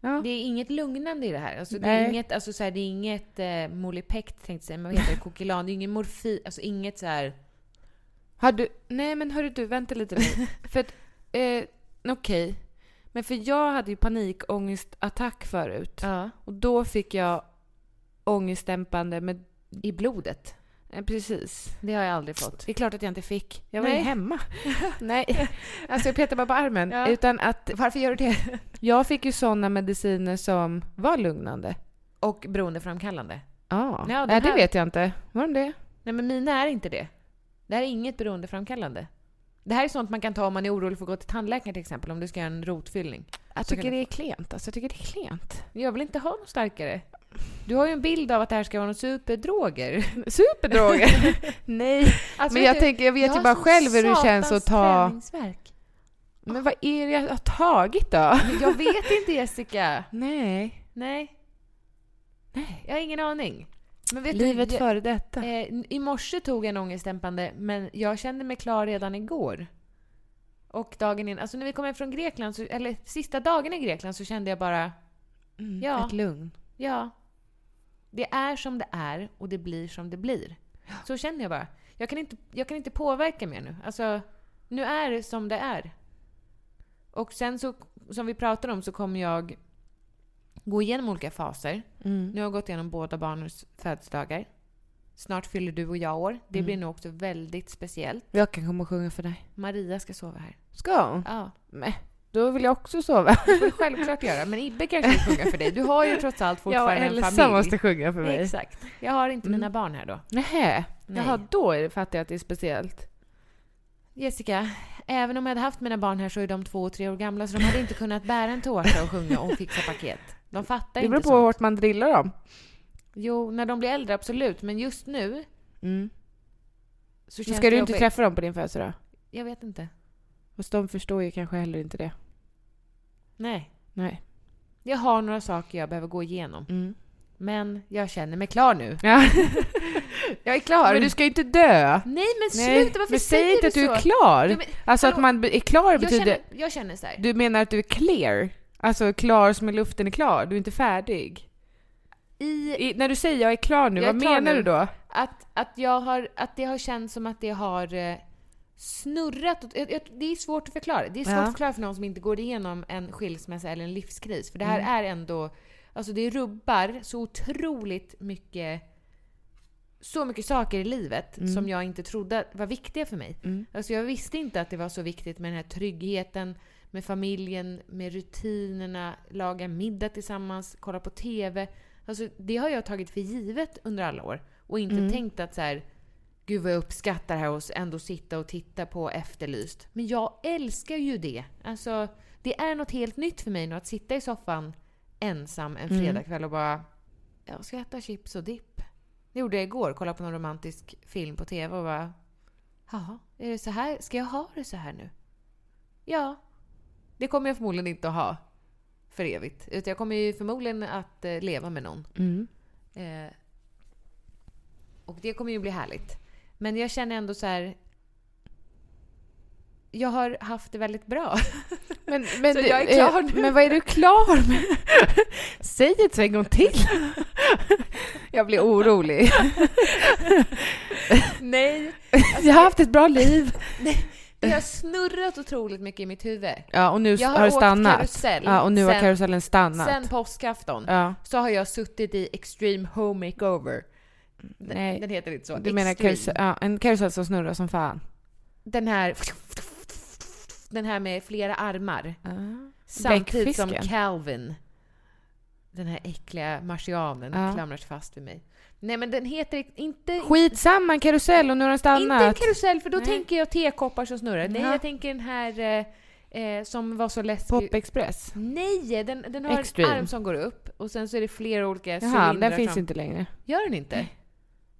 Ja.
Det är inget lugnande i det här. Alltså, det,
Nej.
är inget, alltså, så här, det är inget eh, Molipect tänkte jag säga, men vad heter det? Kokilan. Det är ingen morfin. Alltså inget så här...
Har du... Nej, men hörru du, vänta lite nu. för att, eh, okej. Men för jag hade ju panikångestattack förut.
Ja.
Och då fick jag ångestdämpande med...
I blodet.
eh, Precis.
Det har jag aldrig fått.
Det är klart att jag inte fick. Jag var ju
Nej.
hemma. Nej. Alltså jag petade bara på armen.
Ja.
Utan att
Varför gör du det?
jag fick ju sådana mediciner som var lugnande.
Och beroendeframkallande.
Ja,
Ja, den
Nej, det
här-
vet jag inte. Var de det?
Nej men mina är inte det. Det här är inget beroendeframkallande. Det här är sånt man kan ta om man är orolig för att gå till tandläkaren till exempel, om du ska göra en rotfyllning.
Jag
tycker
tycker det
det
är klent. Alltså jag tycker det är klent.
Men Jag vill inte ha något starkare. Du har ju en bild av att det här ska vara någon superdroger.
Superdroger! Nej,
Alltså,
men
vet
jag,
du,
tänker, jag vet
jag
ju
har
bara
sån
själv hur det känns
satans
att ta...
träningsvärk.
Men vad är det jag har tagit då?
Men Jag vet inte Jessica.
Nej.
Nej,
Nej.
jag har ingen aning. Men vet
Livet
du, jag-
före detta.
eh, I morse tog jag en ångestdämpande, men jag kände mig klar redan igår. Och dagen innan, alltså när vi kom hem från Grekland, så, eller sista dagen i Grekland så kände jag bara,
Mm,
ja.
Ett lugn.
Ja. Det är som det är och det blir som det blir. Så känner jag bara. Jag kan inte, jag kan inte påverka mer nu. Alltså, nu är det som det är. Och sen så, som vi pratade om, så kommer jag gå igenom olika faser.
Mm.
Nu har jag gått igenom båda barnens födelsedagar. Snart fyller du och jag år. Det
Mm.
blir nog också väldigt speciellt.
Jag kan komma och sjunga för dig.
Maria ska sova här.
Ska hon?
Ja,
Nej. Då vill jag också sova.
det får du självklart göra. Men Ibbe kanske vill sjunga för dig. Du har ju trots allt fortfarande en familj.
sjunga för
Exakt. Jag har inte mina barn här då.
Nähä.
Nej.
Jaha, då är det- fattar jag att det är speciellt.
Jessica, även om jag hade haft mina barn här så är de två och tre år gamla så de hade inte kunnat bära en tårta och sjunga och fixa paket. De fattar
Det beror
inte
på
sånt.
hur hårt man drillar dem.
Jo, när de blir äldre absolut, men just nu så
Så
känns
ska
Mm. det
du inte
jobbigt.
träffa dem på din födelsedag?
Jag vet inte.
Fast de förstår ju kanske heller inte det.
Nej.
Nej.
Jag har några saker jag behöver gå igenom.
Mm.
Men jag känner mig klar nu.
Ja.
Jag är klar.
Men du ska ju inte dö!
Nej men
Nej,
sluta, varför
men
säger
säg inte
du
att du
så?
är klar!
Ja, men,
alltså att
hallå,
man är klar
jag
betyder...
känner, jag känner så här.
Du menar att du är clear? Alltså klar som i luften är klar, du är inte färdig?
I,
I, när du säger jag är klar nu,
Jag är
vad
klar
menar
nu.
du då?
att, att, jag har, att det har känts som att det har eh, snurrat. åt- jag- jag- Det är svårt att förklara. Det är svårt
Ja.
att förklara för någon som inte går igenom en skilsmässa eller en livskris. För det här är ändå... Alltså det rubbar så otroligt mycket... Så mycket saker i livet som jag inte trodde var viktiga för mig. Alltså jag visste inte att det var så viktigt med den här tryggheten, med familjen, med rutinerna, laga middag tillsammans, kolla på TV. Alltså, det har jag tagit för givet under alla år. Och inte tänkt att så här, gud vad jag uppskattar det här och ändå sitta och titta på Efterlyst. Men jag älskar ju det. Alltså, det är något helt nytt för mig nu att sitta i soffan ensam en fredagkväll och bara, jag ska äta chips och dipp. Det gjorde jag igår, kollade på någon romantisk film på TV och bara, jaha, är det så här? Ska jag ha det så här nu? Ja. Det kommer jag förmodligen inte att ha för evigt. Utan jag kommer ju förmodligen att eh, leva med någon.
Mm.
Eh, och det kommer ju bli härligt. Men jag känner ändå så här... Jag har haft det väldigt bra.
Men, men,
Så jag är
eh,
klar nu.
men vad är du klar med? Säg det en gång till! Jag blir orolig.
Nej,
Jag har haft ett bra liv.
det har snurrat otroligt mycket i mitt huvud.
Ja, och nu
Jag har
har, det
åkt
stannat.
karusell
ja, och nu har
sen-
karusellen stannat.
Sen påskafton
ja.
så har jag suttit i Extreme Home Makeover. Den,
Nej.
den heter inte så.
Du menar
Extreme.
karusell, ja, en karusell som snurrar som fan?
Den här... Den här med flera armar.
Ja.
Samtidigt som
Bäckfisken.
Calvin, den här äckliga marsianen,
Ja.
klamrar sig fast vid mig. Nej men den heter inte...
Skitsamma, en karusell och nu har den
Inte en
stannat.
karusell, för då
Nej.
tänker jag tekoppar som snurrar. Nej,
Ja.
jag tänker den här eh, eh, som var så läskig.
Pop Express.
Nej, den, den har
Extreme.
en arm som går upp och sen så är det flera olika
Jaha,
cylindrar
den finns
fram.
inte längre.
Gör den inte?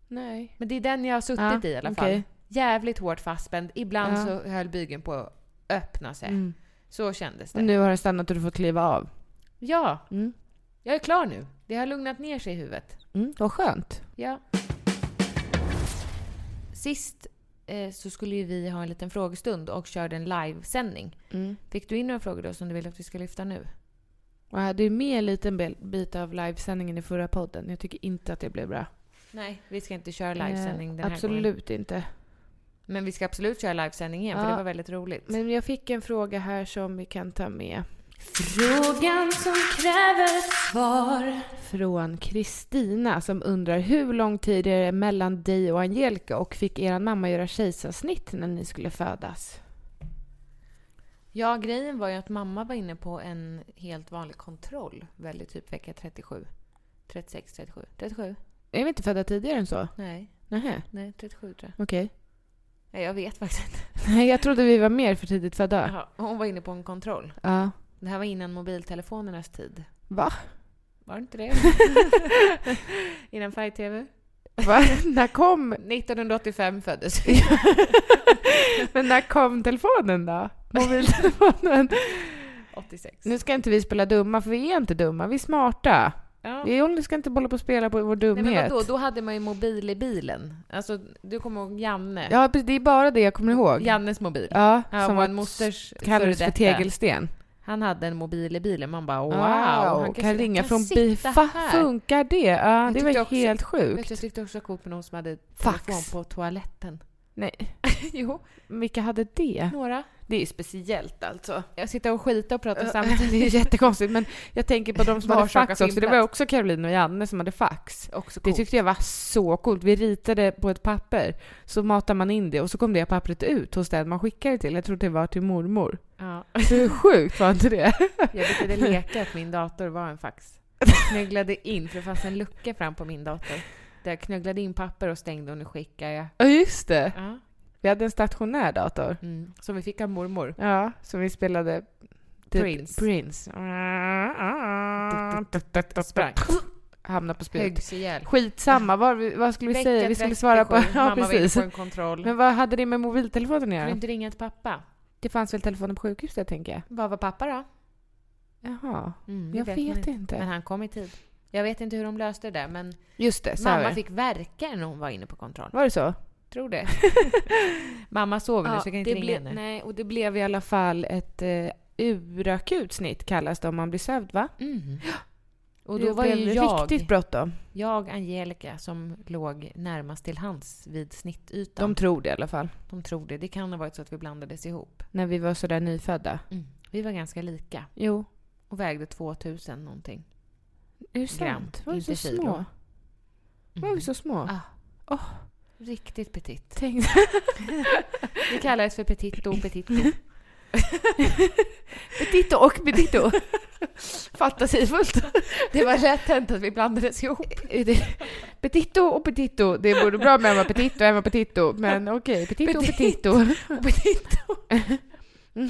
Nej.
Men det är den jag har suttit
Ja,
i i alla fall.
okej.
Jävligt hårt fastspänd. Ibland
Ja.
så höll bygeln på att öppna sig.
Mm.
Så kändes det.
Och nu har den stannat och du får kliva av.
Ja,
Mm.
jag är klar nu. Det har lugnat ner sig i huvudet.
Mm. Vad skönt.
Ja. Sist eh, så skulle ju vi ha en liten frågestund och körde en livesändning.
Mm.
Fick du in några frågor då som du vill att vi ska lyfta nu?
Jag hade ju med en liten bel- bit av livesändningen i förra podden. Jag tycker inte att det blev bra.
Nej, vi ska inte köra livesändning
Eh,
den här
Absolut
gången.
inte.
Men vi ska absolut köra livesändning igen för
Ja.
det var väldigt roligt.
Men jag fick en fråga här som vi kan ta med.
Frågan som kräver ett svar.
Från Kristina som undrar hur lång tid är det mellan dig och Angelica och fick er mamma göra kejsarsnitt när ni skulle födas?
Ja, grejen var ju att mamma var inne på en helt vanlig kontroll väldigt typ vecka 37. 36, 37. 37?
Är vi inte födda tidigare än så?
Nej,
Nähä,
nej 37 tror jag.
okej.
Nej, jag vet faktiskt inte.
Nej, jag trodde vi var mer för tidigt födda.
Jaha, Hon var inne på en kontroll.
Ja.
Det här var innan mobiltelefonernas tid.
Va?
Var det inte det? innan färg-tv?
Va? när kom...
1985 föddes
Men när kom telefonen då? Mobiltelefonen?
86.
Nu ska inte vi spela dumma, för vi är inte dumma. Vi är smarta.
Ja.
Vi håller- ska inte hålla på och spela på
Nej,
vår dumhet.
men vadå? Då hade man ju mobil i bilen. Alltså, du kommer ihåg Janne?
Ja, precis, det är bara det jag kommer ihåg.
Jannes mobil.
Ja,
Ja,
som
vår
var
mosters
kallades
före
för
detta.
tegelsten.
Han hade en mobil i bilen. Man bara wow.
Ah, och kan
sitta-
ringa från
sitta
bil. Fa-
här.
Funkar det? Ja,
Jag
det
tyckte
var
också-
helt
Vet
sjukt.
du, jag tyckte också det var coolt med någon som hade
Fax.
telefon på toaletten.
Nej,
jo,
vilka hade det?
några.
Det är ju speciellt alltså.
Jag sitter och skitar och pratar samtidigt.
det är jättekonstigt, men jag tänker på de som
Var
hade
sak har
fax
sin
också. Det var
plats.
också Caroline och Janne som hade fax.
Också
Det
coolt.
tyckte jag var så coolt. Vi ritade på ett papper, så matade man in det och så kom det pappret ut hos den man skickade det till. Jag trodde det var till mormor.
Ja.
Så hur sjukt var inte det?
Jag brukade leka att min dator var en fax. Knögglade in, för det fanns en lucka fram på min dator. Där jag knögglade in papper och stängde och nu skickar jag.
Ja, just det.
Ja.
Vi hade en stationär dator.
Mm. Som vi fick av mormor.
Ja, som vi spelade...
Prince.
Prince.
Ah. Sprang.
Hamnade på spyt.
Höggs ihjäl.
Skitsamma, vad, vi- vad skulle vi
Vecka
säga? Vi skulle svara på...
37.
Ja,
Mamma var inne
precis.
på Mm. en kontroll.
Men vad hade det med mobiltelefonen att
Kan du
göra?
inte ringa till pappa?
Det fanns väl telefoner på sjukhuset, tänker jag?
Vad var pappa då?
Jaha.
Mm, det
Jag
man
vet
Men
inte.
han kom i tid. Jag vet inte hur de löste det där, men
Just det, sa
mamma
vi.
fick verka när hon var inne på kontroll.
Var det så?
Tror det. mamma sover nu så jag kan inte
det
ringa
blev,
henne.
nej, och det blev i alla fall ett eh, urakut snitt kallas det om man blir sövd va?
Mm. Och då
Det
var
blev
ju jag,
riktigt bråttom.
jag, Angelica, som låg närmast till hans vid snittytan.
De
De,
tror det i alla fall.
tror det. Det kan ha varit så att vi blandades ihop.
När vi var sådär nyfödda.
Vi var ganska lika
Mm. Jo,
och vägde 2000 någonting.
är det
Gram,
sant? Var vi
inte
så
kilo.
små? Var vi så små?
Ah.
Åh.
Riktigt petit.
Tänk,
Vi kallades för Petito och Petito.
petito och petito. Fantasifullt.
Det var rätt hänt att vi blandades ihop.
Det- Petito och petito. Det vore bra med Emma Petito och Emma Petito. Men okej, petito och petito.
Och Petito. Mm.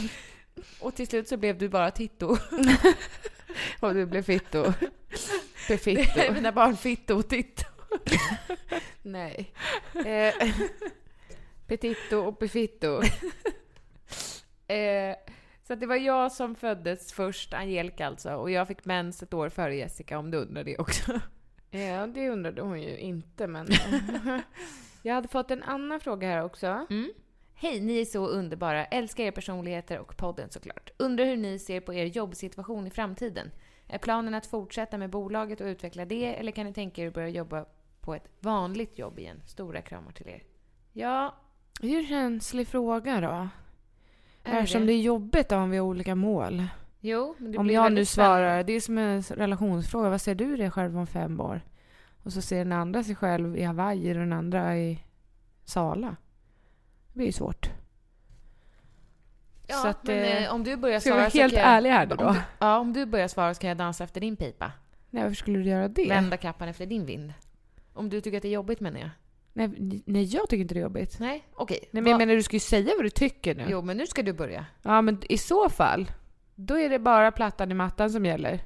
Och till slut så blev du bara Titto.
Och du blev fitto.
Det är
Befitto.
Mina barn Fitto och Titto.
Nej. Eh, petito och befitto.
Eh, så att det var jag som föddes först, Angelica alltså. Och jag fick mens ett år före Jessica om du undrar det också.
Ja, det undrade hon ju inte, men... Jag hade fått en annan fråga här också.
Mm. Hej, ni är så underbara. Älskar er personligheter och podden såklart. Undrar hur ni ser på er jobbsituation i framtiden. Är planen att fortsätta med bolaget och utveckla det eller kan ni tänka er att börja jobba på ett vanligt jobb igen? Stora kramar till er. Ja,
Hur känslig fråga då?
är det?
Eftersom det är jobbigt om vi har olika mål.
Jo, men det
om
blir
jag
väldigt
nu
spännande.
svarar, det är som en relationsfråga. Vad ser du dig själv om fem år? Och så ser den andra sig själv i Hawaii och den andra i Sala. Det blir ju svårt.
Ja,
så att,
men
eh,
eh, om du börjar
Ska jag
svara
vara
så
helt
kan jag,
ärlig här då?
Om du, ja, om du börjar svara så kan jag dansa efter din pipa.
Nej, varför skulle du göra det?
Vända kappan efter din vind. Om du tycker att det är jobbigt menar jag.
Nej, nej, jag tycker inte det är jobbigt.
Nej, okej.
Nej, men jag
Va-
menar, du ska ju säga vad du tycker nu.
Jo, men nu ska du börja.
Ja, men i så fall, då är det bara plattan i mattan som gäller.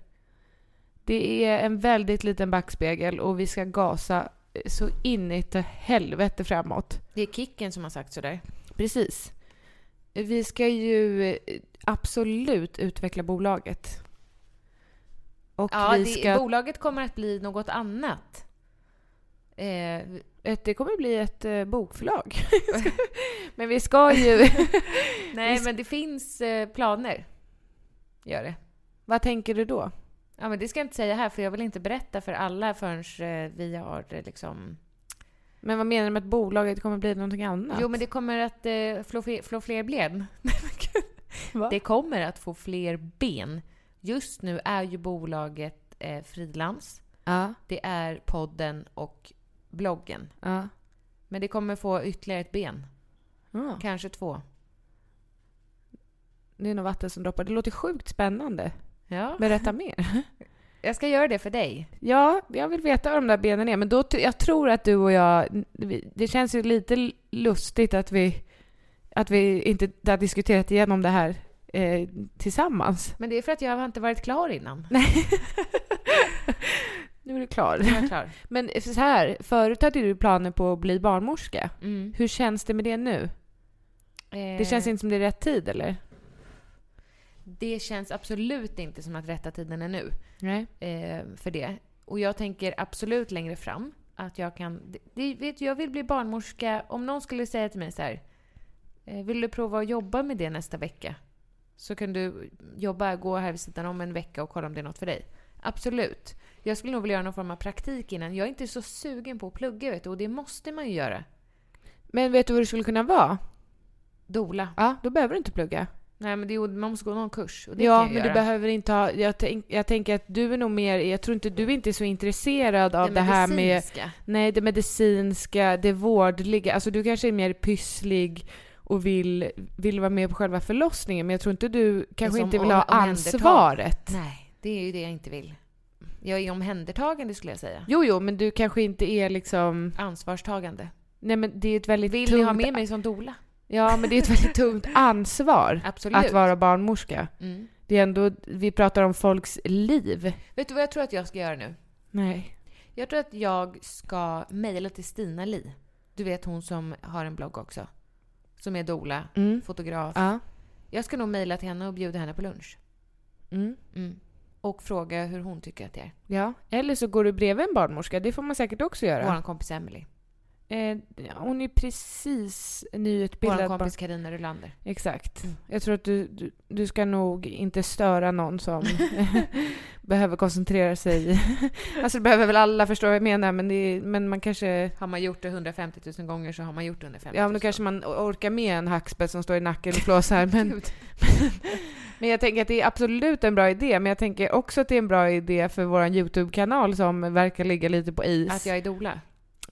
Det är en väldigt liten backspegel och vi ska gasa eh, så in i ett helvete framåt.
Det är Kicken som har sagt sådär.
Precis. Vi ska ju eh, absolut utveckla bolaget. Och
Ja,
vi
det,
ska...
bolaget kommer att bli något annat. Eh,
ett, det kommer bli ett eh, bokförlag. men vi ska ju...
nej,
Vi-
men det finns eh, planer. Gör det.
Vad tänker du då?
Ja, men det ska jag inte säga här, för jag vill inte berätta för alla förrän eh, vi har eh, liksom...
Men vad menar du med att bolaget kommer bli någonting annat?
Jo, men det kommer att eh, flå, fe- flå fler ben.
Va?
det kommer att få fler ben. Just nu är ju bolaget eh, frilans.
Ja,
Det är podden och bloggen.
ja.
Men det kommer få ytterligare ett ben.
ja.
Kanske två.
Det är nog vatten som droppar. Det låter sjukt spännande.
Ja.
Berätta mer.
Jag ska göra det för dig.
Ja, jag vill veta vad de där benen är. Men då, ty- jag tror att du och jag... vi- Det känns ju lite lustigt att vi, att vi inte har diskuterat igenom det här eh, tillsammans.
Men det är för att jag har inte varit klar innan.
Nu är du klar.
Nu är jag klar.
Men så här, förut hade du planer på att bli barnmorska.
Mm. Eh,
Hur känns det med det nu? Det känns inte som det är rätt tid, eller?
det känns absolut inte som att rätta tiden är nu
Nej.
eh, för det. Och jag tänker absolut längre fram att jag kan... Det, det, vet, du, jag vill bli barnmorska. Om någon skulle säga till mig så här... eh, Vill du prova att jobba med det nästa vecka? Så kan du jobba, gå här vid sidan om en vecka och kolla om det är något för dig. Absolut. Jag skulle nog vilja göra någon form av praktik innan. Jag är inte så sugen på att plugga vet du, och det måste man ju göra.
Men vet du vad du skulle kunna vara?
Dola.
Ja, då behöver du inte plugga.
Nej men det, är ju- man måste gå någon kurs. Och det
Ja,
kan jag
men
göra.
du behöver inte ha... Jag, tänk, jag tänker att du är nog mer... Jag tror inte du är inte så intresserad av det, här med...
medicinska.
Nej, det medicinska, det vårdliga. Alltså du kanske är mer pysslig och vill, vill vara med på själva förlossningen. Men jag tror inte du kanske
som
inte vill ha
om- omhändertag.
ansvaret.
Nej, det är ju det jag inte vill. Jag är omhändertagande skulle jag säga.
Jo, jo, men du kanske inte är liksom...
Ansvarstagande.
Nej, men det är ett väldigt
Vill
tungt...
ni ha med mig som dola?
Ja, men det är ett väldigt tungt ansvar
Absolut.
att vara barnmorska.
Mm.
Det är ändå... Vi pratar om folks liv.
Vet du vad jag tror att jag ska göra nu?
Nej.
Jag tror att jag ska mejla till Stina Li. Du vet hon som har en blogg också. Som är dola,
Mm.
fotograf.
Ja.
Jag ska nog mejla till henne och bjuda henne på lunch.
Mm.
Mm. Och fråga hur hon tycker att det är.
Ja, eller så går du bredvid en barnmorska. Det får man säkert också göra.
Vår kompis Emily.
Eh, hon är precis nyutbildad.
Vår
barn-
kompis Mm. Karina Rylander.
Exakt. Jag tror att du, du, du ska nog inte störa någon som behöver koncentrera sig. alltså det behöver väl alla förstå vad jag menar, men, det är, men man kanske...
Har man gjort det 150 000 gånger så har man gjort det 150
Ja,
000
men då kanske man or- orkar med en hackspett som står i nacken och flåsar. Men,
Gud.
men jag tänker att det är absolut en bra idé, men jag tänker också att det är en bra idé för vår YouTube-kanal som verkar ligga lite på is.
Att jag är dola.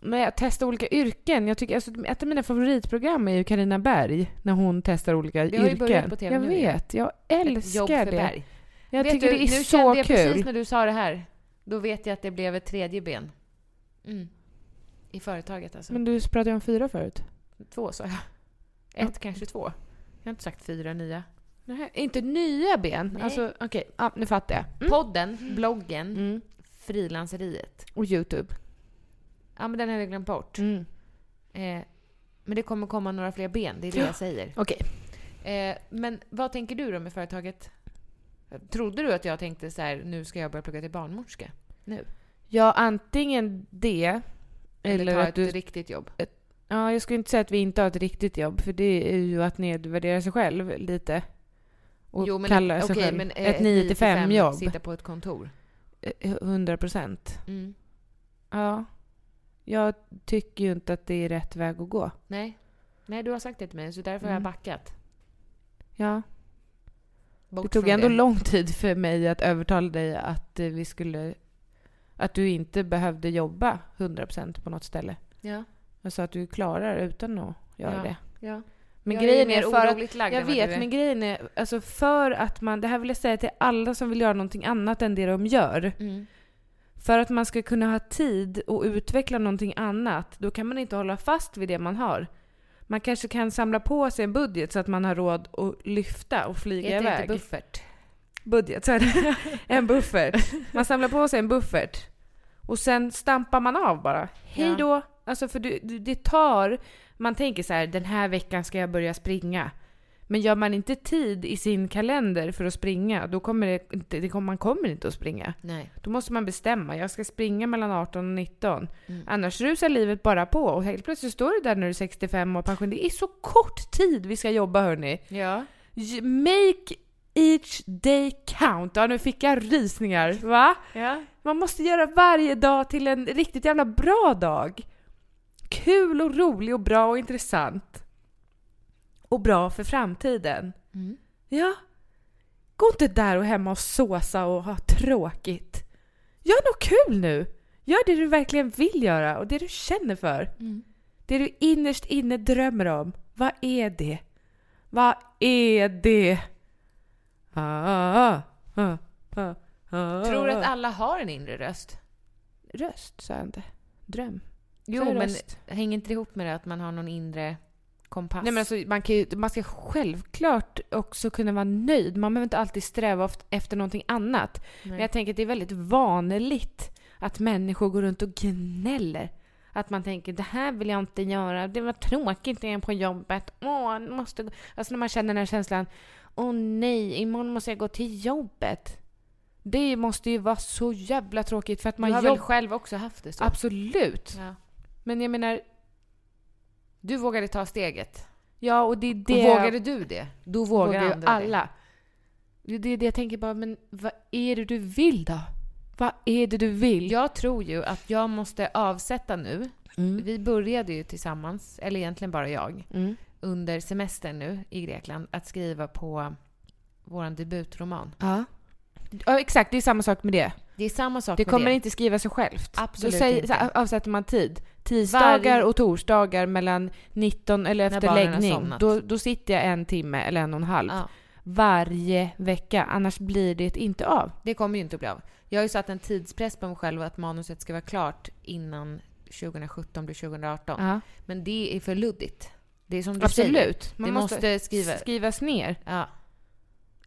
när jag testar olika yrken. Jag tycker, alltså, ett av mina favoritprogram är ju Karina Berg när hon testar olika
Det har ju
yrken.
börjat på TV
jag
nu,
vet, jag
Ett jobb
älskar
för
det.
berg.
Jag
Vet
tycker
du,
det är
nu
så
kände jag
kul.
precis när du sa det här. Då vet jag att det blev ett tredje ben. Mm. I företaget alltså.
Men du pratade ju om fyra förut.
två sa jag. Ett, kanske två. Jag har inte sagt fyra nya.
Nej, inte nya ben.
Nej.
Alltså, okej, ja, nu fattar jag. Mm.
Podden, bloggen,
Mm.
frilanseriet.
Och Youtube.
Ja, men den har jag glömt bort.
Mm.
Eh, men det kommer komma några fler ben, det är det jag säger.
Okej.
Eh, men vad tänker du då med företaget? Trodde du att jag tänkte så här, nu ska jag börja plugga till barnmorska?
Ja, antingen det
Eller,
eller
ta
att
ett
du...
riktigt jobb?
Ja, jag skulle inte säga att vi inte har ett riktigt jobb, för det är ju att nedvärdera sig själv lite. och
Jo, men-
kallar sig
okej,
själv
men, eh,
ett 9 till 5 jobb.
Sitta på ett kontor.
Eh, 100 procent.
Mm.
Ja. Jag tycker ju inte att det är rätt väg att gå.
Nej. Nej, du har sagt det till mig, så därför har jag
Mm.
backat.
Ja.
Bort
Det tog
från
ändå lång tid för mig att övertala dig att eh, vi skulle... Att du inte behövde jobba 100% på något ställe.
Ja.
Jag sa att du klarar utan att göra
Ja.
det.
Ja.
Men
Jag
grejen
mer
är för att...
oroligt lagd
Jag
än vad
vet,
du är.
men grejen är... Alltså för att man... Det här vill jag säga till alla som vill göra någonting annat än det de gör.
Mm.
För att man ska kunna ha tid och utveckla någonting annat, då kan man inte hålla fast vid det man har. Man kanske kan samla på sig en budget så att man har råd att lyfta och flyga
Heter det
iväg.
inte buffert?
budget, så är det. en buffert. Man samlar på sig en buffert. Och sen stampar man av bara. Hej då! Alltså för du, du, det tar... Man tänker så här, den här veckan ska jag börja springa. Men gör man inte tid i sin kalender för att springa, då kommer det, inte- det kommer, man kommer inte att springa.
Nej.
Då måste man bestämma. Jag ska springa mellan 18 och 19. Annars rusar livet bara på. Och helt plötsligt står du där när du är 65 och pensionerad. Det är så kort tid vi ska jobba hörni.
Ja.
J- Make each day count. Ja, nu fick jag rysningar. Va?
Ja.
Man måste göra varje dag till en riktigt jävla bra dag. Kul och rolig och bra och intressant. Och bra för framtiden.
Mm.
Ja. Gå inte där och hemma och såsa och ha tråkigt. Gör något kul nu! Gör det du verkligen vill göra och det du känner för. Det du innerst inne drömmer om. Vad är det? Vad är det? Ah, ah, ah, ah,
Tror du att
ah.
alla har en inre röst?
Röst sa jag inte. Dröm.
Jo,
Sa jag
men
röst?
hänger inte det ihop med det att man har någon inre kompass?
Nej, men alltså, man, kan ju, man ska självklart också kunna vara nöjd. Man behöver inte alltid sträva oft- efter någonting annat. Men jag tänker att det är väldigt vanligt att människor går runt och gnäller. Att man tänker det här vill jag inte göra, det var tråkigt när jag är på jobbet. Åh, jag måste gå. Alltså när man känner den här känslan. Åh nej, imorgon måste jag gå till jobbet. Det måste ju vara så jävla tråkigt för att
du har
man
väl
jobbar...
själv också haft det så?
Absolut!
Ja.
Men jag menar,
Du vågade ta steget.
ja och det är det...
Och vågade du det?
Då vågar,
vågar
ju
andra det.
alla. Det. det är det jag tänker bara, men vad är det du vill då? Vad är det du vill?
Jag tror ju att jag måste avsätta nu.
Mm.
Vi började ju tillsammans, eller egentligen bara jag,
Mm.
under semestern nu i Grekland att skriva på vår debutroman.
Ja. ja, exakt. Det är samma sak med det.
Det är samma sak
Det
med
kommer
det.
inte skriva sig självt.
Absolut
Då säger,
inte.
så avsätter man tid. Tisdagar
Varje-
och torsdagar mellan 19 eller
När
efter
barnen har
läggning.
somnat.
Då, då sitter jag en timme eller en och en halv.
Ja,
Varje vecka. Annars blir det inte av.
det kommer ju inte att bli av. Jag har ju satt en tidspress på mig själv att manuset ska vara klart innan 2017 blir 2018.
Ja.
Men det är för luddigt. Det är som du säger.
Absolut.
Det måste skriva-
skrivas ner.
Ja.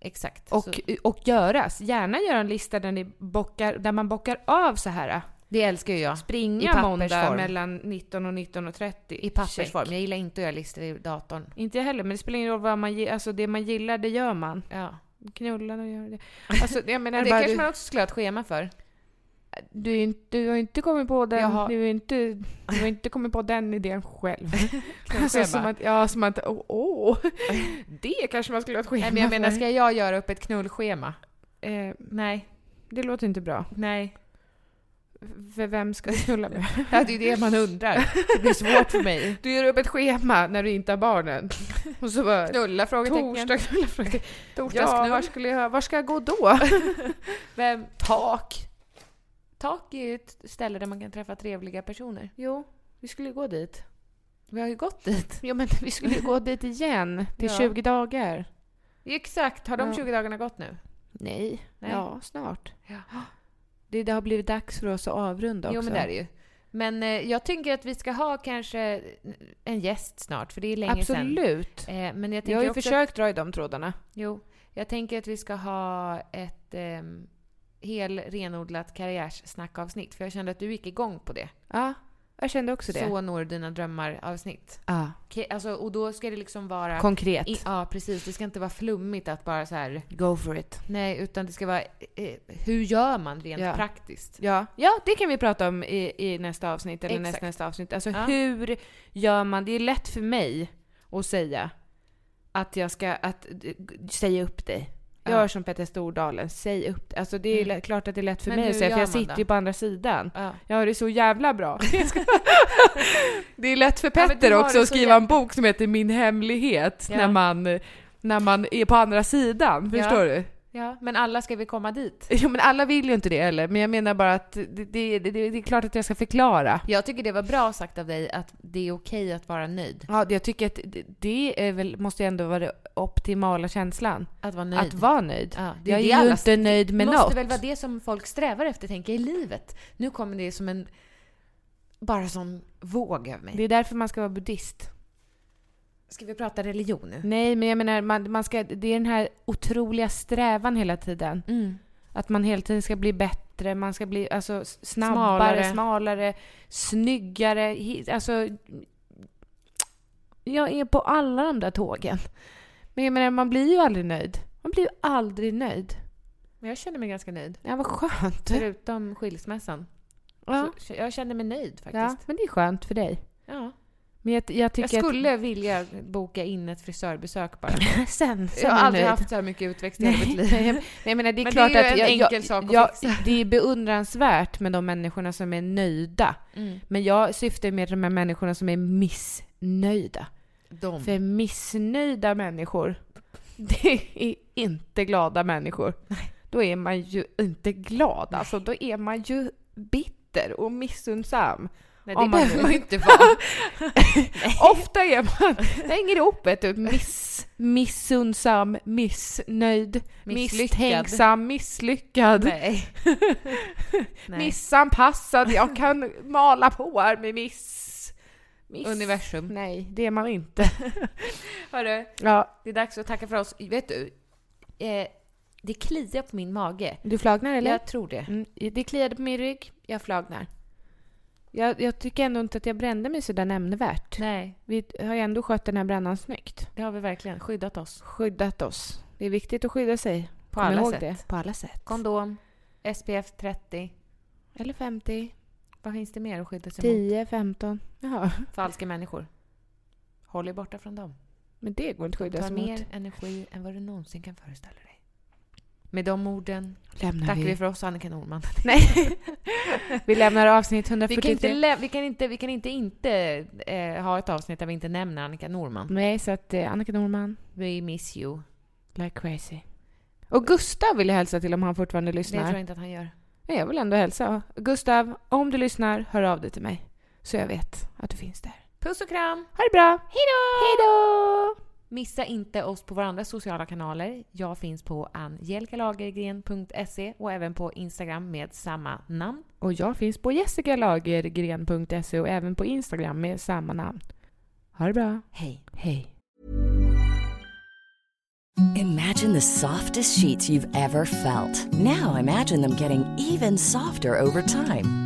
Exakt.
Och,
Så
och göras. Gärna göra en lista där, ni bockar, där man bockar av så här.
det älskar ju jag. I
Springa
pappersform.
måndag mellan 19 och 19.30.
I pappersform. Jag gillar inte att göra listor i datorn.
Inte jag heller, men det spelar ingen roll vad man gillar. Alltså det man gillar, det gör man.
Ja.
Knulla och göra det. Alltså jag menar
det
bara,
kanske
du,
man också skulle ha ett schema för.
du, är inte, du har inte kommit på den,
Jag har-
du, är inte, du har inte kommit på den idén själv. alltså,
Schema.
som att, ja, som att, åh, åh, det kanske man skulle ha ett schema
Nej men jag menar,
för.
ska jag göra upp ett knullschema?
eh,
Nej.
Det låter inte bra.
Nej.
För vem ska du knulla med?
Ja, det är det man undrar. Det blir svårt för mig.
Du gör upp ett schema när du inte har barnen. Och så bara,
Knulla? Frågetecken.
torsdag, knulla, frågetecken. Ja,
Torsdagsknull.
var, skulle jag, var ska jag gå då?
Vem? Tak. Tak är ju ett ställe där man kan träffa trevliga personer.
Jo, vi skulle gå dit.
Vi har ju gått dit.
Jo, men vi skulle gå dit igen. Till
Ja.
20 dagar.
Exakt. Har de
Ja.
20 dagarna gått nu?
Nej.
Nej.
Ja, snart.
Ja.
Det, det har blivit dags för oss att avrunda också.
Jo, men det är det ju. Men eh, jag tänker att vi ska ha kanske en gäst snart, för det är länge sedan.
Absolut.
Eh, men jag, tänker
Jag har ju
också,
försökt dra i de trådarna.
Jo, jag tänker att vi ska ha ett eh, hel renodlat karriärssnackavsnitt, för jag kände att du gick igång på det.
Ja, jag kände också det.
Så når du dina drömmar-avsnitt.
Ja.
Okej, Alltså, och då ska det liksom vara...
Konkret.
I, ja, precis. Det ska inte vara flummigt att bara så här...
Go for it.
Nej, utan det ska vara... Eh, hur gör man rent
Ja.
praktiskt?
Ja, ja det kan vi prata om i, i nästa avsnitt eller
Exakt.
näst, nästa avsnitt. Alltså
Ja.
hur gör man? Det är lätt för mig att säga att jag ska att, eh, säga upp dig.
Ja.
Gör som Petter Stordalen, säg upp det. Alltså det är
Mm.
lätt- klart att det är lätt för
Men
mig att
hur
säga för
gör
jag
man
sitter
då?
ju på andra sidan.
Ja.
Jag har det så jävla bra. det är lätt för
Ja, men
Petter
du har
också
det
att
så
skriva
jä-
en bok som heter Min hemlighet
Ja.
när, man, när man är på andra sidan.
Ja.
Förstår du?
Ja, men alla ska vi komma dit?
Jo men alla vill ju inte det heller, men jag menar bara att det, det, det, det är klart att jag ska förklara.
Jag tycker det var bra sagt av dig att det är okej att vara nöjd.
Ja, det- jag tycker att det, det är väl, måste ju ändå vara den optimala känslan.
Att vara nöjd.
Att vara nöjd.
Ja, det är
jag
det
är ju
alla-
inte nöjd med
måste
något.
väl vara det som folk strävar efter, tänker jag, i livet. Nu kommer det som en... Bara som våg över mig.
Det är därför man ska vara buddhist.
Ska vi prata religion nu?
Nej, men jag menar, man, man ska, det är den här otroliga strävan hela tiden.
Mm.
Att man hela tiden ska bli bättre, man ska bli alltså, s- snabbare,
Smalare.
smalare, snyggare. hi- Alltså, jag är på alla de där tågen. Men jag menar, man blir ju aldrig nöjd. Man blir ju aldrig nöjd.
Men jag känner mig ganska nöjd.
Ja, vad skönt.
Förutom skilsmässan.
Ja,
Så, jag känner mig nöjd
ja,
faktiskt.
men det är skönt för dig.
Ja.
Men jag, jag
Jag
tycker
skulle vilja boka in ett frisörbesök bara.
att... sen, sen
jag har
är
aldrig
nöjd.
haft så här mycket utväxt i hela mitt liv.
Nej, nej, men jag menar det är
Men det
klart
är ju
att
en
jag,
enkel
jag,
sak att
jag,
fixa.
det är beundransvärt med de människorna som är nöjda.
Mm.
Men jag syftar mer till de här människorna som är missnöjda.
Mm.
De.
För missnöjda människor, det är inte glada människor. Då är man ju inte glad. Alltså, då är man ju bitter och missundsam.
Nej,
om
det
man
behöver
nu-
man ju inte vara.
Ofta är man... Det hänger ihop, vet du. Miss, missundsam, missnöjd,
Misslyckad.
misstänksam, misslyckad.
Nej. Nej.
Missanpassad, jag kan mala på här med miss... miss.
Universum.
Nej, det är man inte.
Hörru,
Ja.
det är dags att tacka för oss. Vet du? Eh, det kliar på min mage.
Du flagnar eller?
Jag tror det.
Mm, det kliade på min rygg, jag flagnar. Jag, jag tycker ändå inte att jag brände mig sådär nämnvärt.
Nej,
Vi har ju ändå skött den här brännan snyggt.
det har vi verkligen. Skyddat oss.
Skyddat oss. Det är viktigt att skydda sig.
På
Kom
alla
ihåg
sätt.
Det. På alla sätt.
Kondom, SPF 30.
Eller 50,
Vad finns det mer att skydda sig mot?
10, 15. Jaha.
Falska människor. Håll er borta från dem.
Men det går inte att skydda
Ta
sig
mer
mot.
energi än vad du någonsin kan föreställa dig. Med de orden
Lämnar
tackar vi
vi.
för oss, Annika Norman.
Vi lämnar avsnitt
Vi kan
143.
inte, lä- vi kan inte, vi kan inte, inte eh, ha ett avsnitt där vi inte nämner Annika Norman.
Nej, så att eh, Annika Norman,
We miss you.
like crazy. Och Gustav vill jag hälsa till om han fortfarande
Det tror
lyssnar.
jag
Jag,
inte att han gör.
jag vill ändå hälsa. Gustav, om du lyssnar, hör av dig till mig. Så jag vet att du finns där.
Puss och kram!
Ha det bra!
Hejdå!
Hejdå!
Missa inte oss på våra andra sociala kanaler. Jag finns på angelikalagergren.se och även på Instagram med samma namn.
Och jag finns på jessicalagergren.se och även på Instagram med samma namn. Ha det bra!
Hej!
Hej!
Imagine the softest sheets you've ever felt. Now imagine them getting even softer over time.